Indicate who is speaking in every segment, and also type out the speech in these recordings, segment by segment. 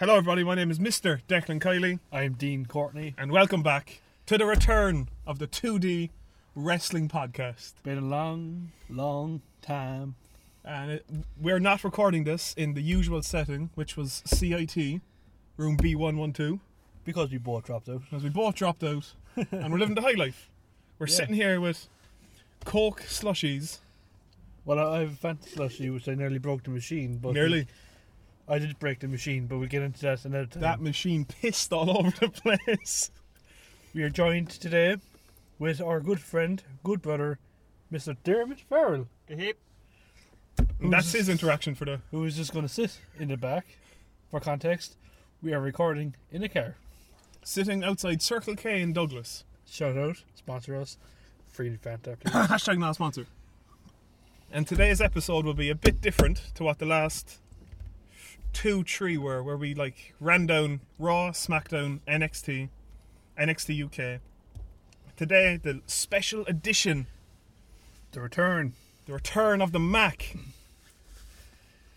Speaker 1: Hello, everybody. My name is Mr. Declan Kiley,
Speaker 2: I'm Dean Courtney.
Speaker 1: and welcome back to the return of the 2D Wrestling Podcast.
Speaker 2: Been a long, long time.
Speaker 1: And it, we're not recording this in the usual setting, which was CIT, room B112,
Speaker 2: Because we both dropped out.
Speaker 1: as we both dropped out and we're living the high life. We're
Speaker 2: Yeah.
Speaker 1: sitting here with Coke slushies,
Speaker 2: Well, I I have a fancy slushy, which I nearly broke the machine. But
Speaker 1: nearly.
Speaker 2: I did break the machine, but we'll get into that another time.
Speaker 1: That machine pissed all over the place.
Speaker 2: We are joined today with our good friend, good brother, Mr. Dermot Farrell,
Speaker 1: And That's his interaction for the.
Speaker 2: who is just going to sit in the back. For context, we are recording in a car.
Speaker 1: Sitting outside Circle K in Douglas.
Speaker 2: Shout out, sponsor us. Free Fanta, please.
Speaker 1: Hashtag not a sponsor. And today's episode will be a bit different to what the last two, three were, where we like ran down Raw, SmackDown, NXT, NXT UK. Today, the special edition,
Speaker 2: the return.
Speaker 1: the return of the Mac,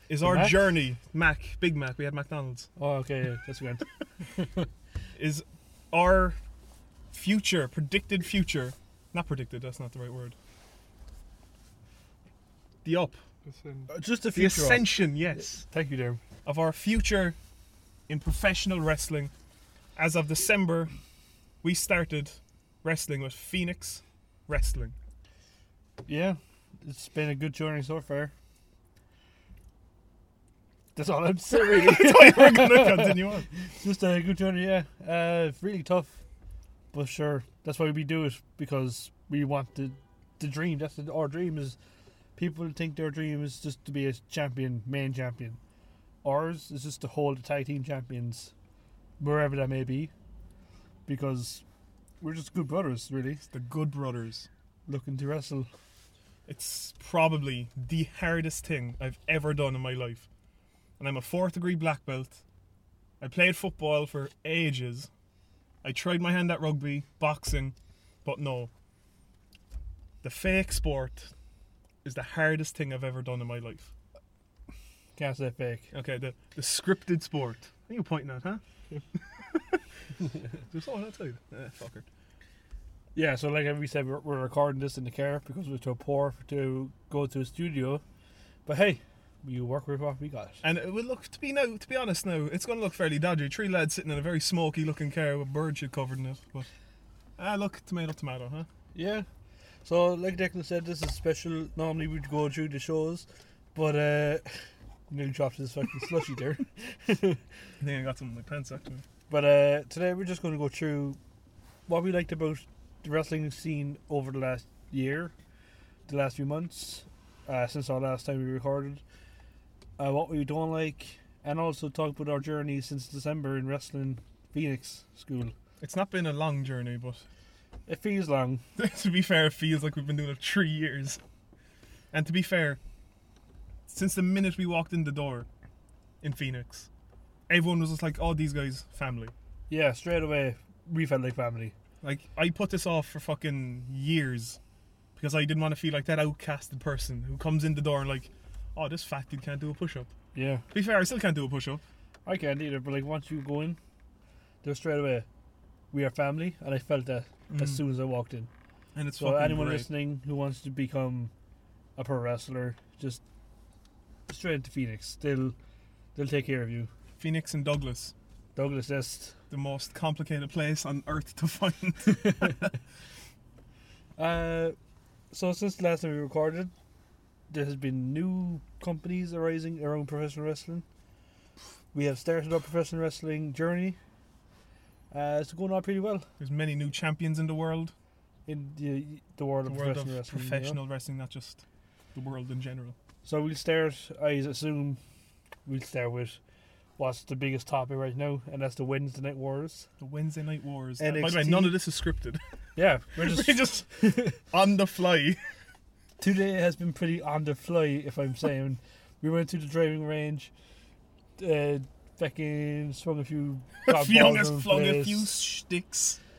Speaker 1: is our
Speaker 2: Mac?
Speaker 1: journey. Mac, Big Mac, we had McDonald's,
Speaker 2: Oh, okay, yeah, that's good.
Speaker 1: is our future, predicted future. Not predicted, that's not the right word. The up.
Speaker 2: Uh, just a
Speaker 1: The
Speaker 2: few.
Speaker 1: ascension, yes,
Speaker 2: Thank you, Dermot.
Speaker 1: of our future in professional wrestling. As of December, we started wrestling with Phoenix Wrestling.
Speaker 2: Yeah, it's been a good journey so far. That's all I'm saying. Really.
Speaker 1: We're gonna continue on.
Speaker 2: Just a good journey, yeah. Uh, it's really tough, but sure, that's why we do it because we want the the dream. That's the, our dream is. People think their dream is just to be a champion, main champion. Ours is just to hold the tag team champions, wherever that may be, because we're just good brothers, really,
Speaker 1: The Good Brothers.
Speaker 2: looking to wrestle.
Speaker 1: It's probably the hardest thing I've ever done in my life. And I'm a fourth degree black belt. I played football for ages. I tried my hand at rugby, boxing, but no. The fake sport is the hardest thing I've ever done in my life.
Speaker 2: Can't say fake.
Speaker 1: Okay, the, the scripted sport. What are you pointing at, huh? There's someone outside. Eh, fucker.
Speaker 2: Yeah, so like we said, we're, we're recording this in the car because we're too poor to go to a studio. But hey, we work with what we got.
Speaker 1: And it would look to be no, to be honest now, it's going to look fairly dodgy. Three lads sitting in a very smoky looking car with bird shit covered in it. But ah, look, tomato, tomato, huh?
Speaker 2: Yeah. So like Declan said, this is special. Normally we'd go through the shows, but uh, nearly dropped this fucking slushy there.
Speaker 1: I think I got some in my pants actually.
Speaker 2: But uh, today we're just going to go through what we liked about the wrestling scene over the last year, the last few months, uh, since our last time we recorded, uh, what we don't like, and also talk about our journey since December in wrestling Phoenix school.
Speaker 1: It's not been a long journey, but
Speaker 2: It feels long.
Speaker 1: to be fair, it feels like we've been doing it three years. And to be fair, since the minute we walked in the door in Phoenix, everyone was just like, "Oh, these guys, family."
Speaker 2: Yeah, straight away, we felt like family.
Speaker 1: Like I put this off for fucking years because I didn't want to feel like that outcasted person who comes in the door and like, oh, this fat dude can't do a push up.
Speaker 2: Yeah.
Speaker 1: To be fair, I still can't do a push up.
Speaker 2: I can't either, but like once you go in, they're straight away, we are family, and I felt that as soon as I walked in.
Speaker 1: Mm. And it's
Speaker 2: So
Speaker 1: fucking
Speaker 2: anyone
Speaker 1: great.
Speaker 2: listening who wants to become a pro wrestler, just straight into Phoenix. They'll they'll take care of you.
Speaker 1: Phoenix and Douglas,
Speaker 2: Douglas Est.
Speaker 1: the most complicated place on earth to find.
Speaker 2: Uh, so since the last time we recorded, there has been new companies arising around professional wrestling. We have started our professional wrestling journey. Uh, it's going on pretty well
Speaker 1: There's many new champions in the world,
Speaker 2: in the, the world
Speaker 1: the
Speaker 2: of
Speaker 1: world
Speaker 2: professional
Speaker 1: of
Speaker 2: wrestling. you know?
Speaker 1: professional wrestling, not just the world in general.
Speaker 2: So we'll start, I assume, we'll start with what's the biggest topic right now, and that's the Wednesday Night Wars.
Speaker 1: The Wednesday Night Wars. Uh, By the way,
Speaker 2: NXT.
Speaker 1: none of this is scripted.
Speaker 2: Yeah, we're
Speaker 1: We're
Speaker 2: just,
Speaker 1: just on the fly.
Speaker 2: today has been pretty on the fly, if I'm saying. we went to the driving range, uh, fucking swung a few golf
Speaker 1: Young
Speaker 2: balls
Speaker 1: as
Speaker 2: in
Speaker 1: flung a
Speaker 2: place,
Speaker 1: few sticks.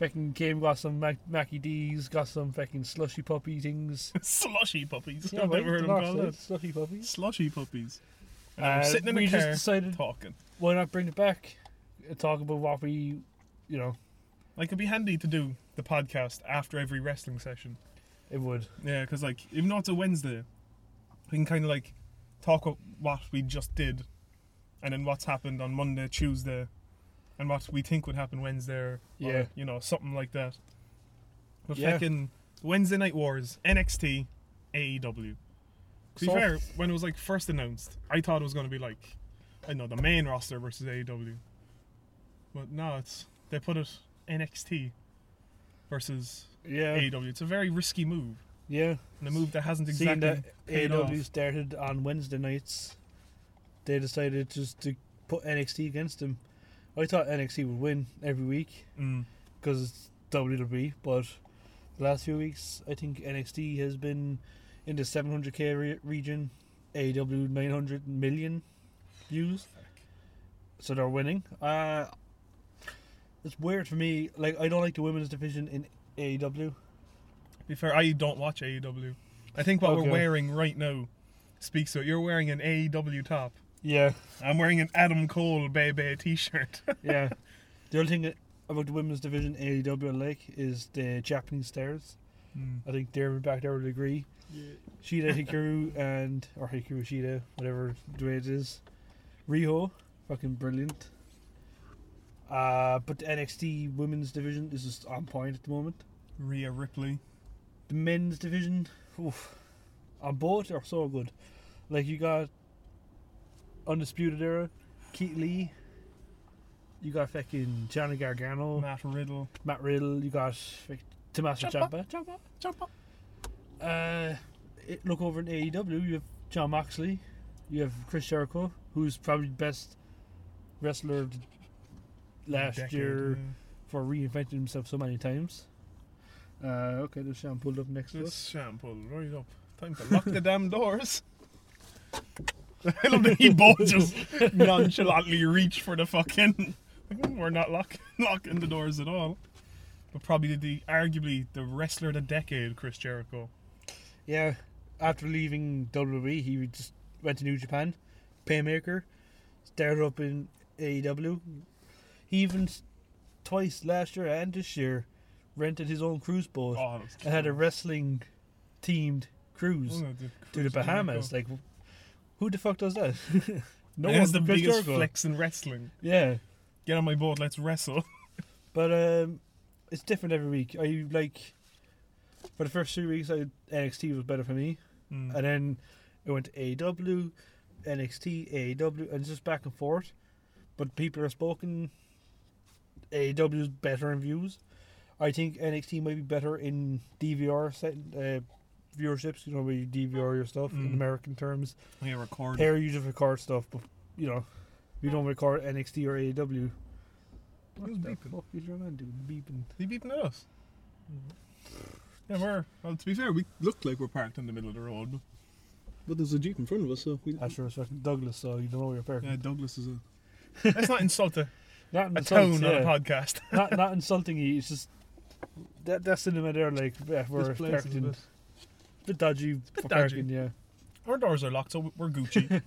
Speaker 2: Fucking came, got some Mac- Mackie D's, got some fucking slushy puppy things.
Speaker 1: Slushy puppies.
Speaker 2: Yeah,
Speaker 1: I've
Speaker 2: right,
Speaker 1: never heard
Speaker 2: the
Speaker 1: them
Speaker 2: last
Speaker 1: called
Speaker 2: night,
Speaker 1: that.
Speaker 2: slushy puppies.
Speaker 1: Slushy puppies.
Speaker 2: Uh,
Speaker 1: sitting in a
Speaker 2: we
Speaker 1: car.
Speaker 2: just decided
Speaker 1: Talking.
Speaker 2: why not bring it back and talk about what we, you know,
Speaker 1: Like it'd be handy to do the podcast after every wrestling session.
Speaker 2: it would.
Speaker 1: Yeah, because like even though it's a Wednesday, we can kind of like talk about what we just did, and then what's happened on Monday, Tuesday, and what we think would happen Wednesday, or,
Speaker 2: Yeah.
Speaker 1: you know something like that. But
Speaker 2: Yeah.
Speaker 1: fucking Wednesday Night Wars, NXT, AEW. E To be
Speaker 2: So-
Speaker 1: fair, when it was like first announced, I thought it was gonna be like, I don't know, the main roster versus AEW. But no, it's they put it NXT versus
Speaker 2: Yeah,
Speaker 1: AEW. It's a very risky move.
Speaker 2: yeah.
Speaker 1: And a move that hasn't
Speaker 2: Seeing
Speaker 1: exactly
Speaker 2: that
Speaker 1: paid
Speaker 2: AEW
Speaker 1: off.
Speaker 2: started on Wednesday nights, they decided just to put NXT against them. I thought NXT would win every week
Speaker 1: Mm.
Speaker 2: because it's WWE, but the last few weeks I think NXT has been in the 700k re- region, E AEW 900 million views, so they're winning. Uh, it's weird for me. Like I don't like the women's division in E AEW.
Speaker 1: To be fair, I don't watch AEW. I think what
Speaker 2: Okay.
Speaker 1: we're wearing right now speaks to it. You're wearing an AEW top.
Speaker 2: Yeah.
Speaker 1: I'm wearing an Adam Cole Bebe t-shirt.
Speaker 2: yeah. The other thing about the women's division in AEW I like is the Japanese stars.
Speaker 1: mm.
Speaker 2: I think they're back there would agree. Shida Hikaru and or Hikaru Shida, whatever the way it is. Riho, fucking brilliant. Uh, but the NXT women's division is just on point at the moment.
Speaker 1: Rhea Ripley.
Speaker 2: The men's division, oof, on both are so good. Like you got Undisputed Era, Keith Lee. You got fucking Johnny Gargano.
Speaker 1: Matt Riddle.
Speaker 2: Matt Riddle, you got like, Tommaso Ciampa.
Speaker 1: Jump up.
Speaker 2: Uh, it- look over in AEW, you have John Moxley, you have Chris Jericho, who's probably the best wrestler of the last
Speaker 1: Decade,
Speaker 2: year
Speaker 1: yeah.
Speaker 2: for reinventing himself so many times. Uh, okay, there's Sean pulled up next to us.
Speaker 1: This shampoo right up. Time to lock the damn doors. I love that he both just nonchalantly reach for the fucking. mm, We're not lock, locking the doors at all. But probably the arguably the wrestler of the decade, Chris Jericho.
Speaker 2: Yeah, after leaving WWE, he would just went to New Japan, Paymaker, started up in AEW. He even s- twice last year and this year rented his own cruise boat.
Speaker 1: Oh, that's
Speaker 2: I had a wrestling themed cruise
Speaker 1: Oh, the
Speaker 2: to the
Speaker 1: Chris
Speaker 2: Bahamas.
Speaker 1: Jericho.
Speaker 2: Like, who the fuck does that? no
Speaker 1: That's the
Speaker 2: but Chris
Speaker 1: biggest
Speaker 2: Jericho.
Speaker 1: flex in wrestling.
Speaker 2: Yeah,
Speaker 1: Get on my board, let's wrestle.
Speaker 2: but um, it's different every week. I like for the first three weeks, I, NXT was better for me,
Speaker 1: Mm.
Speaker 2: and then it went to AW, NXT, AW, and it's just back and forth. But people are spoken. AW is better in views. I think NXT might be better in DVR set, uh, viewerships. You know, where you DVR your stuff in
Speaker 1: Mm.
Speaker 2: American terms.
Speaker 1: I record.
Speaker 2: Here you just record stuff, but you know, you don't record NXT or AEW.
Speaker 1: Who's beeping?
Speaker 2: fuck is your man doing? Beeping.
Speaker 1: He beeping at us. Yeah, we're. Well, to be fair, we look like we're parked in the middle of the road. But there's a Jeep in front of us, so we.
Speaker 2: That's your respect, Douglas. So you don't know where you're parking.
Speaker 1: Yeah, Douglas is a. Let's not insult a,
Speaker 2: Not
Speaker 1: a
Speaker 2: insulting.
Speaker 1: tone on a podcast.
Speaker 2: not not insulting you. It's just that that cinema there, like yeah, we're
Speaker 1: This place is a
Speaker 2: parked in
Speaker 1: bit-
Speaker 2: bit dodgy. for
Speaker 1: dodgy.
Speaker 2: parking, yeah.
Speaker 1: Our doors are locked, so we're Gucci.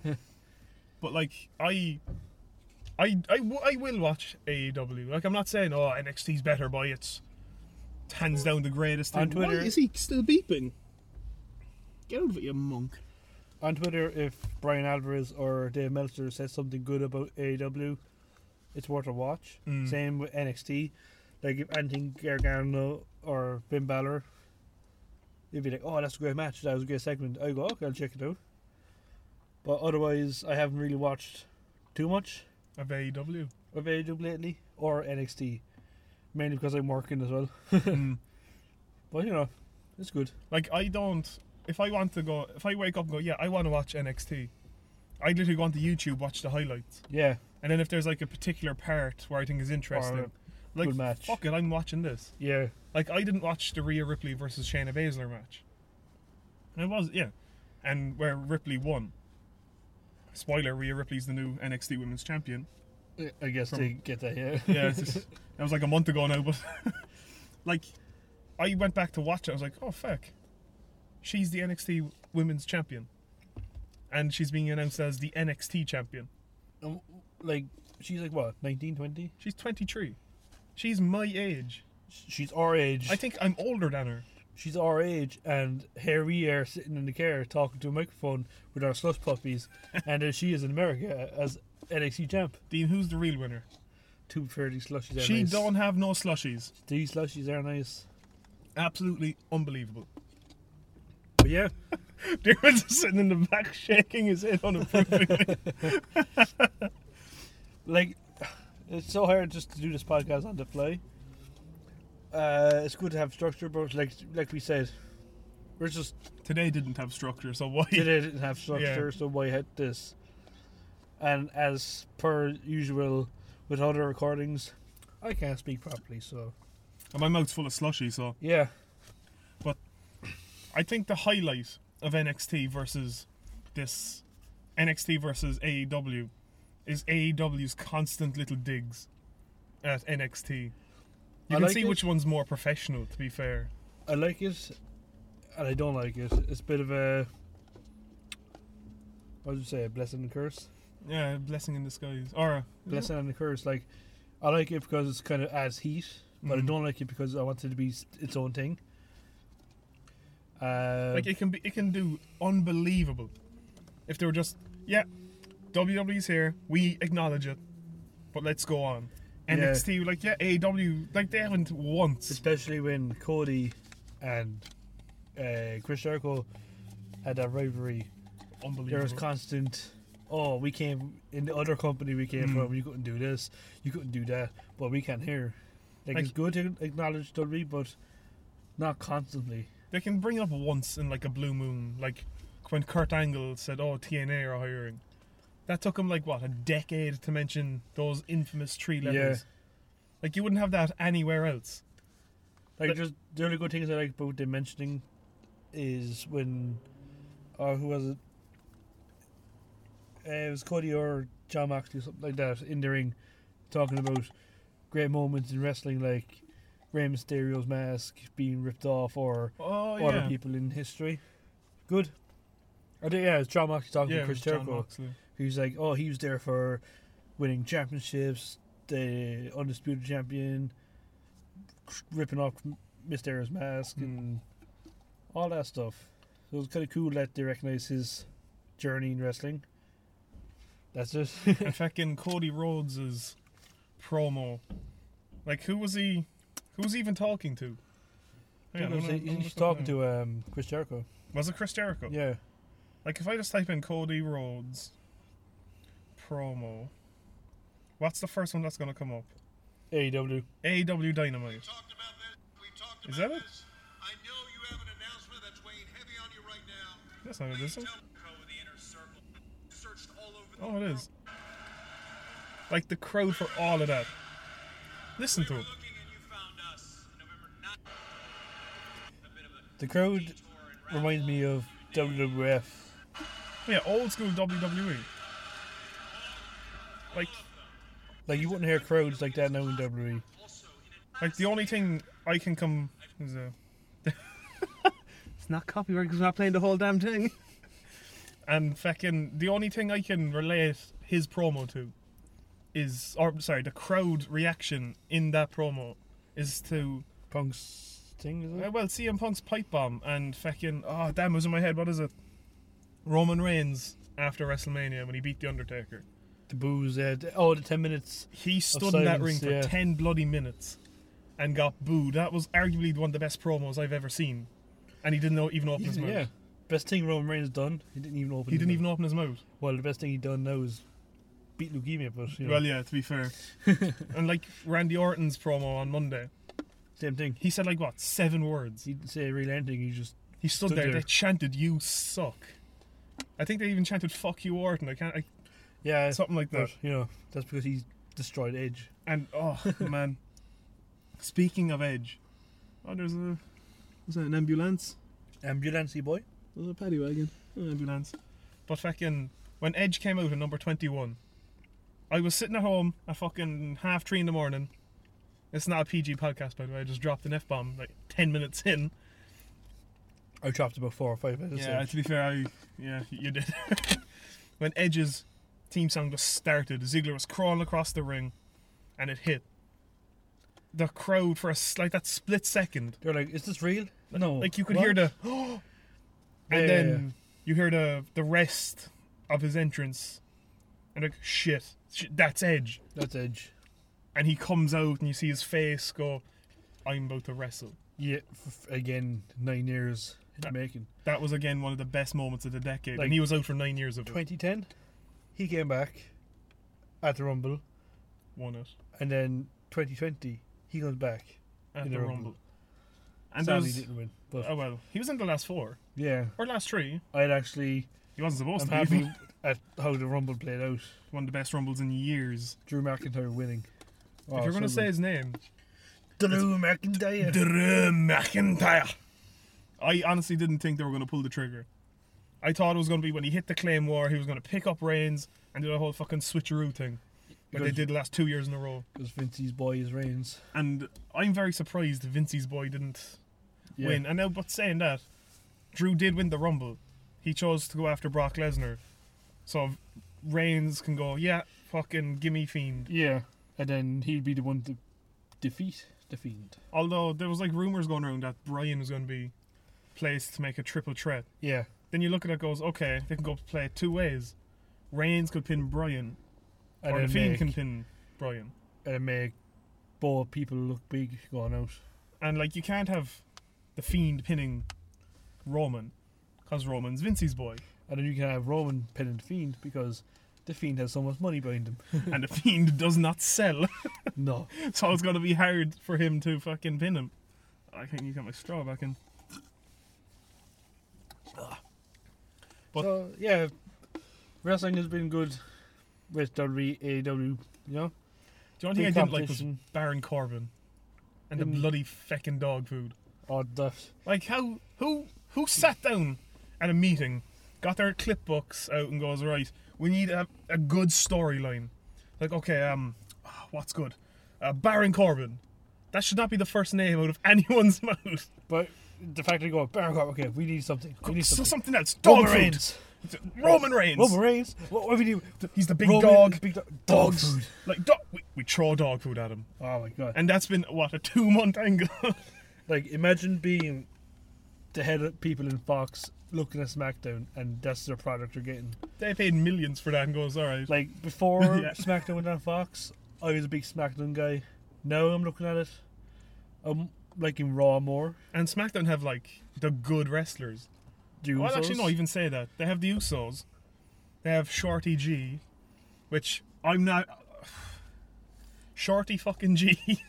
Speaker 1: but like, I, I, I, w- I will watch AEW. Like, I'm not saying oh NXT's better, boy. It's it's hands down the greatest thing.
Speaker 2: On Twitter-
Speaker 1: Why is he still beeping? Get out of it, you monk.
Speaker 2: On Twitter, if Brian Alvarez or Dave Meltzer says something good about AEW, it's worth a watch.
Speaker 1: Mm.
Speaker 2: Same with NXT. Like if anything Gargano or Finn Balor, you'd be like, "Oh, that's a great match. That was a great segment." I go, "Okay, I'll check it out." But otherwise, I haven't really watched too much
Speaker 1: Of E AEW.
Speaker 2: of AEW lately or NXT, mainly because I'm working as well.
Speaker 1: Mm.
Speaker 2: But you know, it's good.
Speaker 1: Like I don't. If I want to go, if I wake up and go, yeah, I want to watch NXT. I literally go onto YouTube, watch the highlights,
Speaker 2: Yeah,
Speaker 1: and then if there's like a particular part where I think is interesting,
Speaker 2: Or
Speaker 1: like
Speaker 2: good match.
Speaker 1: fuck it, I'm watching this.
Speaker 2: yeah,
Speaker 1: Like I didn't watch the Rhea Ripley versus Shayna Baszler match, and it was yeah, and where Ripley won. Spoiler: Rhea Ripley's the new NXT Women's Champion.
Speaker 2: I guess
Speaker 1: From-
Speaker 2: they get that. Yeah,
Speaker 1: Yeah, it's just, that was like a month ago now, but like I went back to watch it. I was like, oh fuck, she's the NXT Women's Champion, and she's being announced as the NXT Champion.
Speaker 2: Um, like she's like what 19, 20?
Speaker 1: She's 23. She's my age.
Speaker 2: She's our age.
Speaker 1: I think I'm older than her.
Speaker 2: she's our age, and here we are sitting in the car talking to a microphone with our slush puppies, and there she is in America as NXT champ.
Speaker 1: Dean, who's the real winner?
Speaker 2: Two fairly slushies. Are
Speaker 1: she
Speaker 2: nice.
Speaker 1: don't have no slushies.
Speaker 2: These slushies are nice.
Speaker 1: Absolutely unbelievable.
Speaker 2: But yeah,
Speaker 1: Dermot's sitting in the back shaking his head unapprovingly.
Speaker 2: like it's so hard just to do this podcast on the fly. Uh, it's good to have structure, but like like we said, we're just
Speaker 1: Today didn't have structure, so why?
Speaker 2: they didn't have structure, so why hit this? And as per usual with other recordings, I can't speak properly, so
Speaker 1: And my mouth's full of slushy, so
Speaker 2: yeah,
Speaker 1: I think the highlight of NXT versus this NXT versus AEW is AEW's constant little digs at NXT. You
Speaker 2: I
Speaker 1: can
Speaker 2: like
Speaker 1: see
Speaker 2: it.
Speaker 1: which one's more professional, to be fair.
Speaker 2: I like it, and I don't like it. It's a bit of a what would you say, a blessing and curse?
Speaker 1: Yeah, blessing in disguise. Or a-
Speaker 2: Blessing and a curse. Like I like it because it's kind of adds heat, but I
Speaker 1: Mhm.
Speaker 2: don't like it because I want it to be s- its own thing. Uh,
Speaker 1: Like it can be, it can do unbelievable. If they were just, yeah, WWE's here, we acknowledge it, but let's go on.
Speaker 2: Yeah.
Speaker 1: NXT, like yeah, AEW, like they haven't once.
Speaker 2: especially when Cody and uh, Chris Jericho had that rivalry. There
Speaker 1: Unbelievable.
Speaker 2: was constant. Oh, we came in the other company we came
Speaker 1: Mm.
Speaker 2: from. You couldn't do this. You couldn't do that. But we can here. Like,
Speaker 1: Like-
Speaker 2: it's good to acknowledge WWE, but not constantly.
Speaker 1: they can bring it up once in like a blue moon, like when Kurt Angle said, "Oh, TNA are hiring." That took him like what a decade to mention those infamous tree
Speaker 2: Yeah.
Speaker 1: levels. Like you wouldn't have that anywhere else.
Speaker 2: Like
Speaker 1: But-
Speaker 2: just the only good things I like about them mentioning is when, or who was it? Uh, it was Cody or John Moxley, something like that, in the ring, talking about great moments in wrestling, like Rey Mysterio's mask being ripped off, or
Speaker 1: Oh
Speaker 2: other
Speaker 1: yeah,
Speaker 2: people in history. Good. I think, yeah, it's John Moxley talking
Speaker 1: yeah,
Speaker 2: to
Speaker 1: it
Speaker 2: Chris
Speaker 1: was John
Speaker 2: Jericho.
Speaker 1: Moxley.
Speaker 2: He's like, oh, he was there for winning championships, the undisputed champion, ripping off Mysterio's mask, and
Speaker 1: Mm.
Speaker 2: all that stuff. So it was kind of cool that they recognize his journey in wrestling. That's it.
Speaker 1: and fucking Cody Rhodes's promo. Like, who was he? Who was he even talking to? Hang on, I'm gonna- I'm gonna
Speaker 2: he's
Speaker 1: look up
Speaker 2: talking
Speaker 1: now.
Speaker 2: to um, Chris Jericho.
Speaker 1: Was it Chris Jericho?
Speaker 2: Yeah.
Speaker 1: Like, if I just type in Cody Rhodes promo, what's the first one that's gonna come up?
Speaker 2: AEW.
Speaker 1: AEW Dynamite.
Speaker 3: talked about this. We talked
Speaker 1: Is
Speaker 3: about
Speaker 1: that it?
Speaker 3: this. I know you have an announcement that's weighing heavy on you right now.
Speaker 1: That's not it, is
Speaker 3: Please
Speaker 1: it?
Speaker 3: tell me. Co of the inner circle. Searched all over the
Speaker 1: Oh, it is. Like the crowd for all of that. Listen
Speaker 3: We
Speaker 1: to
Speaker 3: were
Speaker 1: it.
Speaker 3: looking and you found us. November 9th. A bit of a
Speaker 2: The crowd
Speaker 3: detour and
Speaker 2: reminds me of WWF.
Speaker 1: Yeah, old school WWE. Like,
Speaker 2: Like, you wouldn't hear crowds like that now in E. WWE.
Speaker 3: also in an
Speaker 1: like the only thing I can come is a. it's not copyright because I'm not playing the whole damn thing. and fucking the only thing I can relate his promo to is, or sorry, the crowd reaction in that promo is to
Speaker 2: Punk's thing, is it?
Speaker 1: uh, well CM Punk's pipe bomb and fucking oh damn it was in my head what is it? Roman Reigns after WrestleMania when he beat the Undertaker.
Speaker 2: The booze, yeah. The- Oh, the 10 minutes.
Speaker 1: He stood in that
Speaker 2: silence,
Speaker 1: ring for
Speaker 2: yeah.
Speaker 1: 10 bloody minutes and got booed. That was arguably one of the best promos I've ever seen. And he didn't know, even open his mouth.
Speaker 2: Yeah. Best thing Roman Reigns done, he didn't even open
Speaker 1: He
Speaker 2: his
Speaker 1: didn't even
Speaker 2: mouth.
Speaker 1: open his mouth.
Speaker 2: Well, the best thing he done now is beat leukemia, but, you know,
Speaker 1: Well, yeah, to be fair. and like Randy Orton's promo on Monday,
Speaker 2: same thing.
Speaker 1: he said like what, seven words.
Speaker 2: He didn't say really anything, he just.
Speaker 1: He stood,
Speaker 2: Stood
Speaker 1: there,
Speaker 2: there.
Speaker 1: they chanted, You suck. I think they even chanted, Fuck you, Orton. I can't, I,
Speaker 2: Yeah,
Speaker 1: something like that.
Speaker 2: but, you know, that's because he's destroyed Edge.
Speaker 1: And oh man, speaking of Edge, oh there's a was that an ambulance?
Speaker 2: Ambulance boy?
Speaker 1: There's a paddy wagon, an ambulance. But fucking when Edge came out in number twenty one, I was sitting at home at fucking half three in the morning. It's not a PG podcast by the way. I just dropped an f bomb like ten minutes in.
Speaker 2: I dropped about four or five minutes.
Speaker 1: Yeah,
Speaker 2: in.
Speaker 1: to be fair, I yeah you did. when Edge's Team song just started. Ziggler was crawling across the ring, and it hit. The crowd for a s- like that split second,
Speaker 2: They're like, is this real? No.
Speaker 1: like you could
Speaker 2: What?
Speaker 1: hear the, and
Speaker 2: Yeah, yeah,
Speaker 1: then
Speaker 2: yeah.
Speaker 1: you hear the the rest of his entrance, and like shit, sh- that's Edge,
Speaker 2: That's Edge.
Speaker 1: and he comes out and you see his face go, I'm about to wrestle.
Speaker 2: Yeah, f- again, nine years in the making.
Speaker 1: That was again one of the best moments of the decade,
Speaker 2: Like-
Speaker 1: and he was out for nine years of it.
Speaker 2: 2010, he came back at the Rumble,
Speaker 1: Won it
Speaker 2: and then 2020, he comes back.
Speaker 1: at
Speaker 2: In
Speaker 1: the
Speaker 2: the
Speaker 1: Rumble.
Speaker 2: Rumble.
Speaker 1: And there
Speaker 2: Sadly,
Speaker 1: was,
Speaker 2: didn't win. But
Speaker 1: oh well, he was in the last four
Speaker 2: yeah,
Speaker 1: or last three.
Speaker 2: I'd actually.
Speaker 1: He wasn't supposed
Speaker 2: I'm
Speaker 1: to. Happy.
Speaker 2: happy at how the Rumble played out.
Speaker 1: one of the best rumbles in years.
Speaker 2: Drew McIntyre winning. Oh,
Speaker 1: if you're gonna say his name,
Speaker 2: Drew McIntyre.
Speaker 1: Drew McIntyre. I honestly didn't think they were gonna pull the trigger. I thought it was gonna be when he hit the Claymore, he was gonna pick up Reigns and do the whole fucking switcheroo thing that they
Speaker 2: Because-
Speaker 1: did the last two years in a row.
Speaker 2: Because Vincey's boy is Reigns.
Speaker 1: And I'm very surprised Vincey's boy didn't
Speaker 2: Yeah.
Speaker 1: win. And now, but saying that, Drew did win the Rumble. He chose to go after Brock Lesnar, so Reigns can go, yeah, fucking gimme Fiend.
Speaker 2: Yeah, and then he'd be the one to defeat the Fiend.
Speaker 1: Although there was like rumors going around that Brian was going to be placed to make a triple threat.
Speaker 2: Yeah.
Speaker 1: Then you look at it, goes okay, they can go play it two ways. Reigns could pin Brian,
Speaker 2: And
Speaker 1: or the
Speaker 2: then
Speaker 1: Fiend
Speaker 2: make,
Speaker 1: can pin Brian.
Speaker 2: and then make both people look big going out.
Speaker 1: And like you can't have the Fiend pinning Roman, because Roman's Vincey's boy,
Speaker 2: And then you can have Roman pinning the Fiend because the Fiend has so much money behind him.
Speaker 1: and the Fiend does not sell,
Speaker 2: no.
Speaker 1: so it's going to be hard for him to fucking pin him. I think you got my straw back in. But-
Speaker 2: so yeah, wrestling has been good with WWE, AEW, you know.
Speaker 1: The only thing I
Speaker 2: Big
Speaker 1: didn't like was
Speaker 2: competition.
Speaker 1: Baron Corbin and the
Speaker 2: Mm.
Speaker 1: bloody feckin' dog food.
Speaker 2: Odd that.
Speaker 1: Like how who who sat down at a meeting, got their clip books out and goes, Right, we need a, a good storyline. Like, okay, um ah, what's good? Uh, Baron Corbin. That should not be the first name out of anyone's mouth.
Speaker 2: But the fact that they go Baron Corbin, okay, we need something. We need
Speaker 1: So something
Speaker 2: something.
Speaker 1: else. Dog
Speaker 2: Roman
Speaker 1: food.
Speaker 2: Reigns.
Speaker 1: Roman Reigns.
Speaker 2: Roman Reigns. What, what do we do?
Speaker 1: He's the big
Speaker 2: Roman-
Speaker 1: dog.
Speaker 2: Big dog.
Speaker 1: Dogs.
Speaker 2: Dog food.
Speaker 1: Like dog we, we throw dog food at him.
Speaker 2: Oh my god.
Speaker 1: And that's been what, a two month angle?
Speaker 2: Like imagine being the head of people in Fox looking at SmackDown and that's their product you're getting.
Speaker 1: they paid millions for that and goes, Alright.
Speaker 2: Like before
Speaker 1: Yeah.
Speaker 2: SmackDown went on Fox, I was a big SmackDown guy. Now I'm looking at it, I'm liking Raw more.
Speaker 1: and SmackDown have like the good wrestlers.
Speaker 2: The
Speaker 1: Well,
Speaker 2: Usos.
Speaker 1: actually, no, even say that. They have the Usos. They have Shorty G, which I'm not. Shorty fucking G.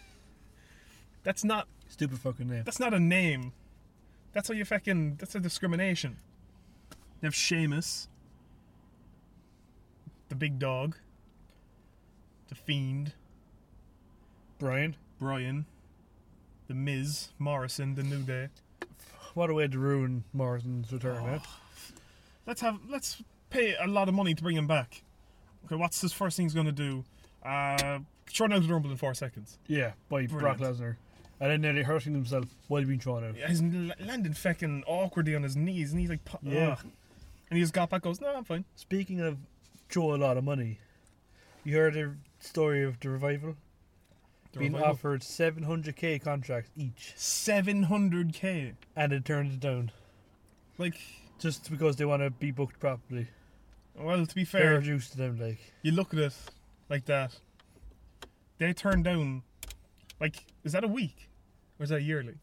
Speaker 1: that's not.
Speaker 2: Stupid fucking name.
Speaker 1: That's not a name. That's how you fucking. That's a discrimination. They have Sheamus, the big dog, the fiend,
Speaker 2: Brian,
Speaker 1: Brian, the Miz, Morrison, the New Day.
Speaker 2: what a way to ruin Morrison's return, man.
Speaker 1: let's have let's pay a lot of money to bring him back. Okay, what's his first thing he's gonna do? Uh, short out the rumble in four seconds.
Speaker 2: Yeah, by Brock
Speaker 1: Brilliant.
Speaker 2: Lesnar. And then nearly hurting himself while being thrown out.
Speaker 1: Yeah, He's l- landed fucking awkwardly on his knees, and he's like, pu-
Speaker 2: Yeah.
Speaker 1: ugh. and he just got back, goes, no, I'm fine.
Speaker 2: Speaking of throw a lot of money, you heard the story of the revival
Speaker 1: The
Speaker 2: being
Speaker 1: revival.
Speaker 2: offered 700k contracts each,
Speaker 1: 700k.
Speaker 2: and it turned it down
Speaker 1: Like,
Speaker 2: just because they want to be booked properly.
Speaker 1: well, to be
Speaker 2: Fair
Speaker 1: fair,
Speaker 2: juice to them, like
Speaker 1: you look at it like that. They turned down, like, is that a week or is that yearly?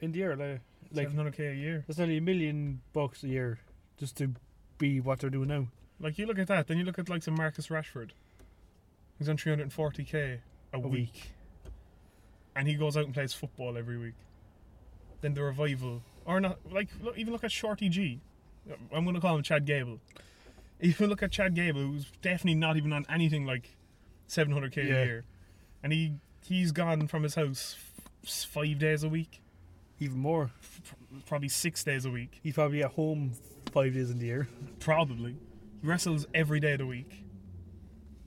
Speaker 2: in the year, like,
Speaker 1: Like
Speaker 2: like
Speaker 1: 700k a year.
Speaker 2: that's only a million bucks a year just to be what they're doing now.
Speaker 1: Like, you look at that, then you look at like some Marcus Rashford. He's on 340k a,
Speaker 2: A
Speaker 1: week.
Speaker 2: week.
Speaker 1: and he goes out and plays football every week. Then the revival, or not like look, even look at Shorty G. I'm going to call him Chad Gable. If you look at Chad Gable, who's definitely not even on anything like 700k
Speaker 2: Yeah.
Speaker 1: a year, and he he's gone from his house f- five days a week,
Speaker 2: Even more,
Speaker 1: probably six days a week,
Speaker 2: he's probably at home five days in the year.
Speaker 1: probably. He wrestles every day of the week,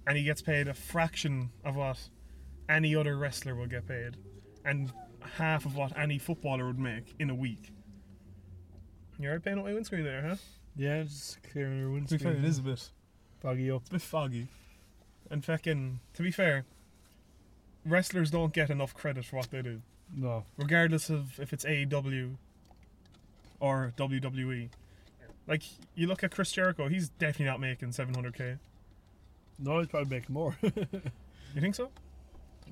Speaker 1: and he gets paid a fraction of what any other wrestler will get paid, and half of what any footballer would make in a week. You're right paying up my windscreen there, huh?
Speaker 2: Yeah, just clearing your windscreen.
Speaker 1: a bit.
Speaker 2: foggy up.
Speaker 1: It's a bit foggy. And fucking, to be fair, wrestlers don't get enough credit for what they do,
Speaker 2: No.
Speaker 1: regardless of if it's AEW or WWE. Like, you look at Chris Jericho, he's definitely not making 700k.
Speaker 2: No, he's probably making more.
Speaker 1: You think so?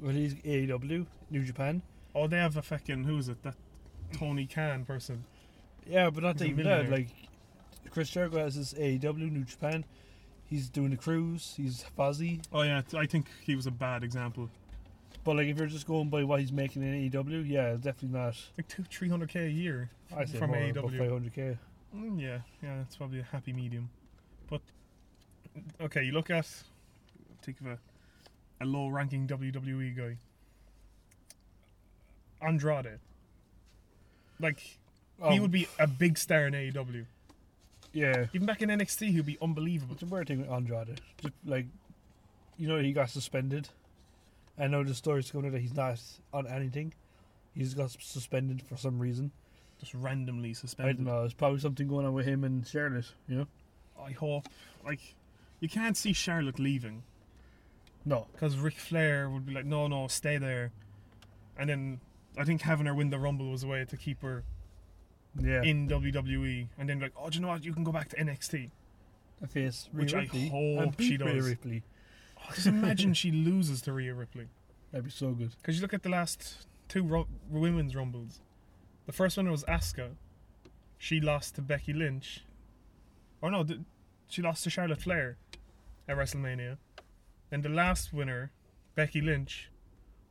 Speaker 2: well, he's AEW, New Japan.
Speaker 1: Oh, they have a fucking, who is it? That Tony Khan person.
Speaker 2: Yeah, but not
Speaker 1: He's a
Speaker 2: even that.
Speaker 1: millionaire.
Speaker 2: Like, Chris Jericho has his AEW, New Japan. He's doing the cruise. He's fuzzy.
Speaker 1: Oh, yeah, I think he was a bad example.
Speaker 2: But, like, if you're just going by what he's making in AEW, yeah, it's definitely not.
Speaker 1: It's like two, 300k a year
Speaker 2: I say
Speaker 1: from E
Speaker 2: more,
Speaker 1: AEW.
Speaker 2: about 500k.
Speaker 1: Mm, yeah, yeah, that's probably a happy medium. But okay, you look at think of a a low-ranking WWE guy, Andrade. Like he
Speaker 2: Oh,
Speaker 1: would be a big star in AEW.
Speaker 2: Yeah.
Speaker 1: Even back in NXT, he'd be unbelievable.
Speaker 2: It's a weird thing with Andrade. Just like, you know, he got suspended. I know the story's coming out that he's not on anything. He's got suspended for some reason.
Speaker 1: Just randomly
Speaker 2: I don't
Speaker 1: suspended.
Speaker 2: know. There's probably something going on with him and Charlotte. You know?
Speaker 1: I hope like you can't see Charlotte leaving
Speaker 2: No.
Speaker 1: because Ric Flair would be like, no, no, stay there. And then I think having her win the Rumble was a way to keep her
Speaker 2: Yeah.
Speaker 1: in WWE and then be like, oh, do you know what? You can go back to NXT.
Speaker 2: I face Rhea
Speaker 1: Which I
Speaker 2: Ripley
Speaker 1: hope
Speaker 2: and beat
Speaker 1: she
Speaker 2: Rhea
Speaker 1: does.
Speaker 2: Ripley.
Speaker 1: Oh, just imagine she loses to Rhea Ripley.
Speaker 2: That'd be so good.
Speaker 1: Because you look at the last two ru- women's rumbles. The first one was Asuka. She lost to Becky Lynch. Or no, th- she lost to Charlotte Flair at WrestleMania. Then the last winner, Becky Lynch,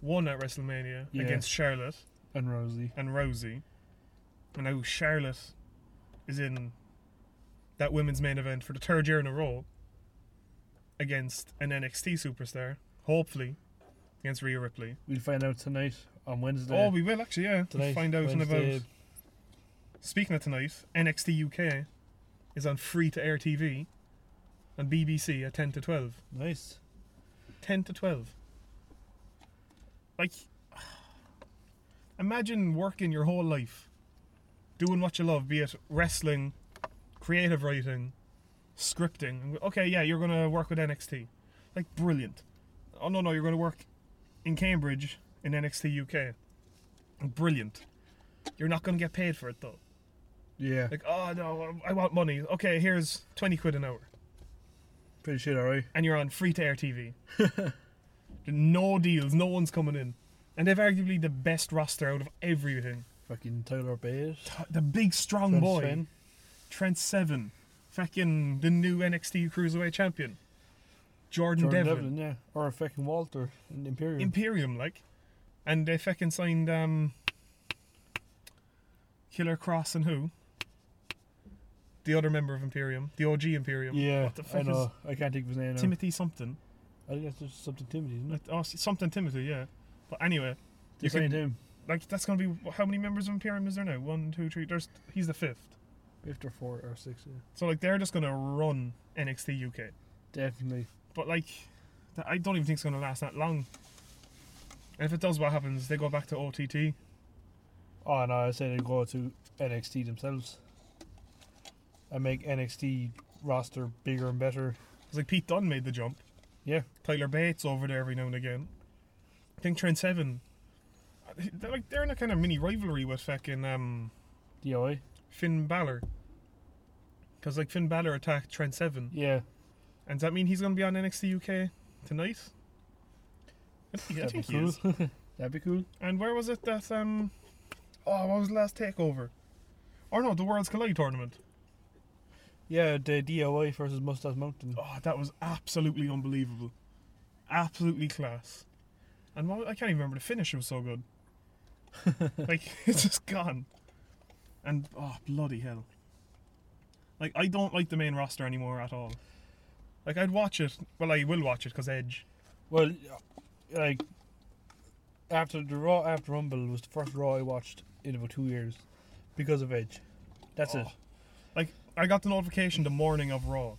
Speaker 1: won at WrestleMania
Speaker 2: Yeah.
Speaker 1: against Charlotte.
Speaker 2: And Rosie.
Speaker 1: and Rosie. And now Charlotte is in that women's main event for the third year in a row against an NXT superstar, hopefully, against Rhea Ripley.
Speaker 2: We'll find out tonight on Wednesday.
Speaker 1: Oh, we will actually, yeah. We'll
Speaker 2: Tonight,
Speaker 1: find out in about.
Speaker 2: Wednesday.
Speaker 1: Speaking of tonight, NXT UK is on free to air TV on BBC at 10 to 12.
Speaker 2: Nice.
Speaker 1: 10 to 12. Like, imagine working your whole life doing what you love, be it wrestling, creative writing, scripting. And go, Okay, yeah, you're going to work with NXT. Like, brilliant. Oh, no, no, you're going to work in Cambridge in NXT UK. Brilliant. You're not going to get paid for it, though.
Speaker 2: Yeah.
Speaker 1: Like, oh, no, I want money. Okay, here's 20 quid an hour
Speaker 2: Pretty shit, alright?
Speaker 1: and you're on free to air TV. no deals, no one's coming in. And they've arguably the best roster out of everything.
Speaker 2: Fucking Tyler Bates.
Speaker 1: The big strong
Speaker 2: Trent
Speaker 1: boy,
Speaker 2: Sven.
Speaker 1: Trent Seven, fucking the new NXT Cruiserweight champion, Jordan,
Speaker 2: Jordan
Speaker 1: Devlin.
Speaker 2: Devlin. yeah. Or fucking Walter in Imperium.
Speaker 1: Imperium, like. And they fucking signed um, Killer Cross and who? The other member of Imperium, the OG Imperium.
Speaker 2: Yeah,
Speaker 1: What the
Speaker 2: I
Speaker 1: fuck
Speaker 2: know. I can't think of his name. now.
Speaker 1: Timothy something.
Speaker 2: I think that's just something Timothy, isn't it?
Speaker 1: Like, oh, something Timothy, yeah. But anyway,
Speaker 2: You
Speaker 1: could-
Speaker 2: signed him
Speaker 1: Like that's gonna be how many members of Imperium is there now? One, two, three. There's he's the fifth.
Speaker 2: fifth or four or six. Yeah.
Speaker 1: So like they're just gonna run NXT UK.
Speaker 2: Definitely.
Speaker 1: But like, th- I don't even think it's gonna last that long. And if it does, what happens? They go back to OTT.
Speaker 2: Oh no, I said they go to NXT themselves and make NXT roster bigger and better.
Speaker 1: It's like Pete Dunne made the jump.
Speaker 2: Yeah.
Speaker 1: Tyler Bates over there every now and again. I think Trent Seven. They're like they're in a kind of mini rivalry with fucking um,
Speaker 2: DOI.
Speaker 1: Finn Balor. Because like Finn Balor attacked Trent Seven.
Speaker 2: Yeah.
Speaker 1: And does that mean he's going to be on NXT UK tonight? I think, I
Speaker 2: That'd be
Speaker 1: think he is.
Speaker 2: cool. That'd be cool.
Speaker 1: And where was it that um? Oh, what was the last takeover? Or no, the Worlds Collide tournament.
Speaker 2: Yeah, the DOI versus Mustache Mountain.
Speaker 1: Oh, that was absolutely unbelievable, absolutely class. And what, I can't even remember the finish. It was so good. like it's just gone. And oh bloody hell! Like I don't like the main roster anymore at all. Like I'd watch it. Well, I will watch it because Edge.
Speaker 2: Well, like after the Raw after Rumble was the first Raw I watched in about two years because of Edge. That's it.
Speaker 1: Oh. Like I got the notification the morning of Raw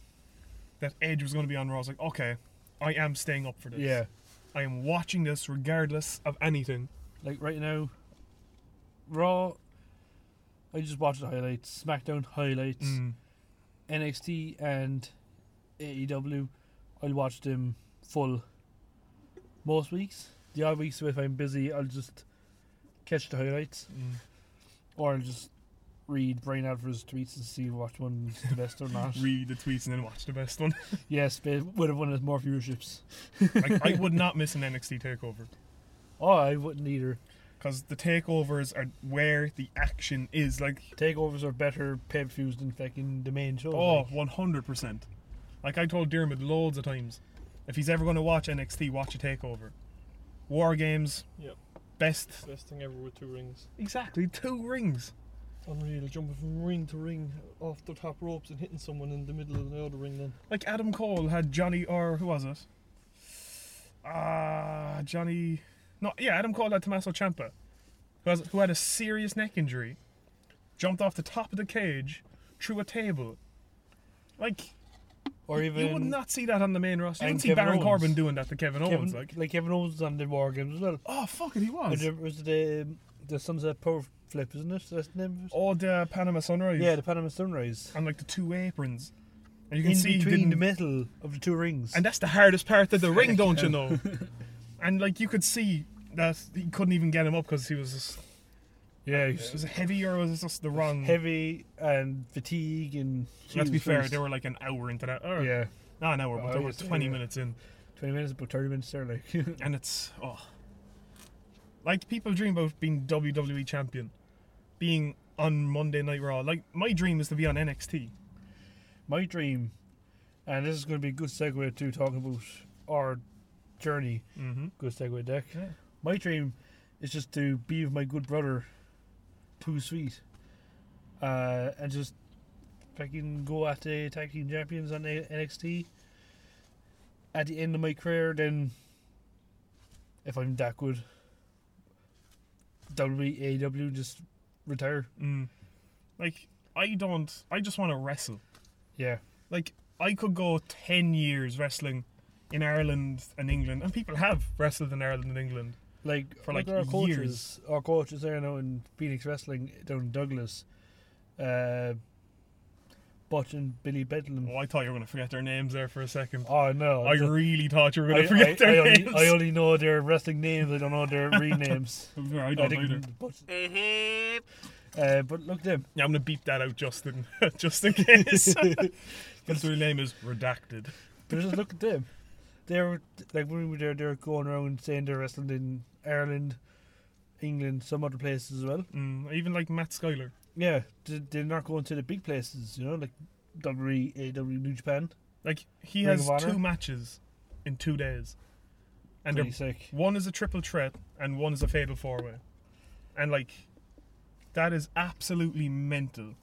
Speaker 1: that Edge was going to be on Raw. I was like, okay, I am staying up for this.
Speaker 2: Yeah.
Speaker 1: I am watching this regardless of anything.
Speaker 2: Like right now, Raw. I just watched the highlights, SmackDown highlights, NXT and AEW, I'll watch them full most weeks. The odd weeks if I'm busy, I'll just catch the highlights
Speaker 1: Mm.
Speaker 2: or I'll just read Brian Alvarez tweets and see what one's the best or not.
Speaker 1: Read the tweets and then watch the best one.
Speaker 2: yes, but would have won us more viewerships.
Speaker 1: like, I would not miss an NXT takeover
Speaker 2: Oh, I wouldn't either.
Speaker 1: because the takeovers are where the action is. Like,
Speaker 2: Takeovers are better pay per views than fucking the main show.
Speaker 1: oh, 100%. Like, I told Dermot loads of times if he's ever going to watch NXT, watch a takeover. War Games,
Speaker 4: Yep.
Speaker 1: best.
Speaker 4: Best thing ever with two rings.
Speaker 1: Exactly, two rings.
Speaker 4: Unreal, jumping from ring to ring off the top ropes and hitting someone in the middle of the other ring then.
Speaker 1: Like, Adam Cole had Johnny, or who was it? Ah, Johnny. No, yeah, Adam Cole had Tommaso Ciampa, who, has, who had a serious neck injury, jumped off the top of the cage, through a table. Like,
Speaker 2: or even
Speaker 1: you would not see that on the main roster. You
Speaker 2: and
Speaker 1: would see
Speaker 2: Kevin
Speaker 1: Baron
Speaker 2: Owens.
Speaker 1: Corbin doing that to Kevin,
Speaker 2: Kevin,
Speaker 1: Owens.
Speaker 2: like,
Speaker 1: Like,
Speaker 2: Kevin Owens was on the War Games as well.
Speaker 1: oh fuck it, he
Speaker 2: But
Speaker 1: was.
Speaker 2: It was the the sunset power flip, isn't it? That's the name of it.
Speaker 1: Or the Panama Sunrise.
Speaker 2: Yeah, the Panama Sunrise.
Speaker 1: And like the two aprons, and you can
Speaker 2: In
Speaker 1: see he
Speaker 2: between the
Speaker 1: didn't-
Speaker 2: metal of the two rings.
Speaker 1: And that's the hardest part of the ring, don't you know? and like you could see that he couldn't even get him up because he was just,
Speaker 2: yeah,
Speaker 1: it was heavy or was it just the wrong?
Speaker 2: heavy and fatigue and.
Speaker 1: Let's be
Speaker 2: Jesus
Speaker 1: fair,
Speaker 2: Christ.
Speaker 1: they were like an hour into that. Or,
Speaker 2: yeah,
Speaker 1: not an hour, but
Speaker 2: Oh,
Speaker 1: they
Speaker 2: I
Speaker 1: were
Speaker 2: was-
Speaker 1: twenty
Speaker 2: yeah.
Speaker 1: minutes in,
Speaker 2: twenty minutes, but thirty minutes there, like.
Speaker 1: and it's oh, like people dream about being WWE champion, being on Monday Night Raw. Like my dream is to be on NXT.
Speaker 2: My dream, and this is going to be a good segue to talking about our journey.
Speaker 1: Mm-hmm.
Speaker 2: Good segue, Dick.
Speaker 1: Yeah.
Speaker 2: My dream is just to be with my good brother, Too Sweet, uh, and just fucking go at the tag team champions on A- NXT. At the end of my career, then if I'm that good, WAW just retire.
Speaker 1: Mm. Like I don't. I just want to wrestle.
Speaker 2: Yeah,
Speaker 1: like I could go ten years wrestling in Ireland and England, and people have wrestled in Ireland and England.
Speaker 2: like
Speaker 1: For, like,
Speaker 2: look at our coaches,
Speaker 1: years.
Speaker 2: our coaches there now in Phoenix Wrestling down in Douglas, uh, Butch and Billy Bedlam.
Speaker 1: Oh, I thought you were going to forget their names there for a second.
Speaker 2: Oh no!
Speaker 1: I
Speaker 2: the-
Speaker 1: really thought you were going to
Speaker 2: I-
Speaker 1: forget
Speaker 2: I- I
Speaker 1: their
Speaker 2: only,
Speaker 1: names.
Speaker 2: I only know their wrestling names. I don't know their real names.
Speaker 1: I
Speaker 2: I
Speaker 1: don't
Speaker 2: think-
Speaker 1: either.
Speaker 2: but, uh, but look them.
Speaker 1: Yeah, I'm going to beep that out just in, just in case. His real name is Redacted.
Speaker 2: But just look at them. They were like when we were there. They were going around saying they're wrestling in Ireland, England, some other places as well.
Speaker 1: Mm, even like Matt Schuyler.
Speaker 2: Yeah, they- they're not going to the big places. You know, like WWE, AEW, New Japan.
Speaker 1: Like, he
Speaker 2: Ring
Speaker 1: has
Speaker 2: of Honor?
Speaker 1: two matches in two days. And they're
Speaker 2: Pretty sick.
Speaker 1: One is a triple threat and one is a fatal four way. And like that is absolutely mental.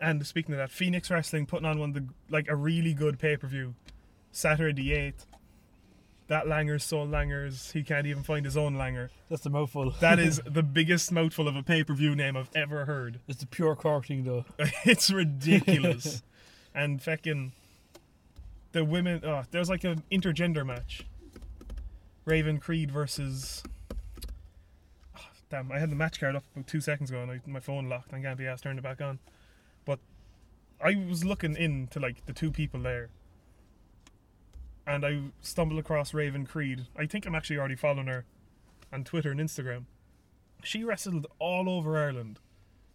Speaker 1: And speaking of that, Phoenix Wrestling putting on one of the like a really good pay per view. Saturday the eighth. That Langer's sold Langer's, he can't even find his own Langer.
Speaker 2: That's a mouthful.
Speaker 1: That is the biggest mouthful of a pay per view name I've ever heard.
Speaker 2: It's the pure Cork thing, though.
Speaker 1: it's ridiculous. and fucking the women oh, there's like an intergender match. Raven Creed versus Oh, Damn, I had the match card up about two seconds ago and I, my phone locked. I can't be asked to turn it back on. But I was looking in to like the two people there, and I stumbled across Raven Creed. I think I'm actually already following her on Twitter and Instagram. She wrestled all over Ireland.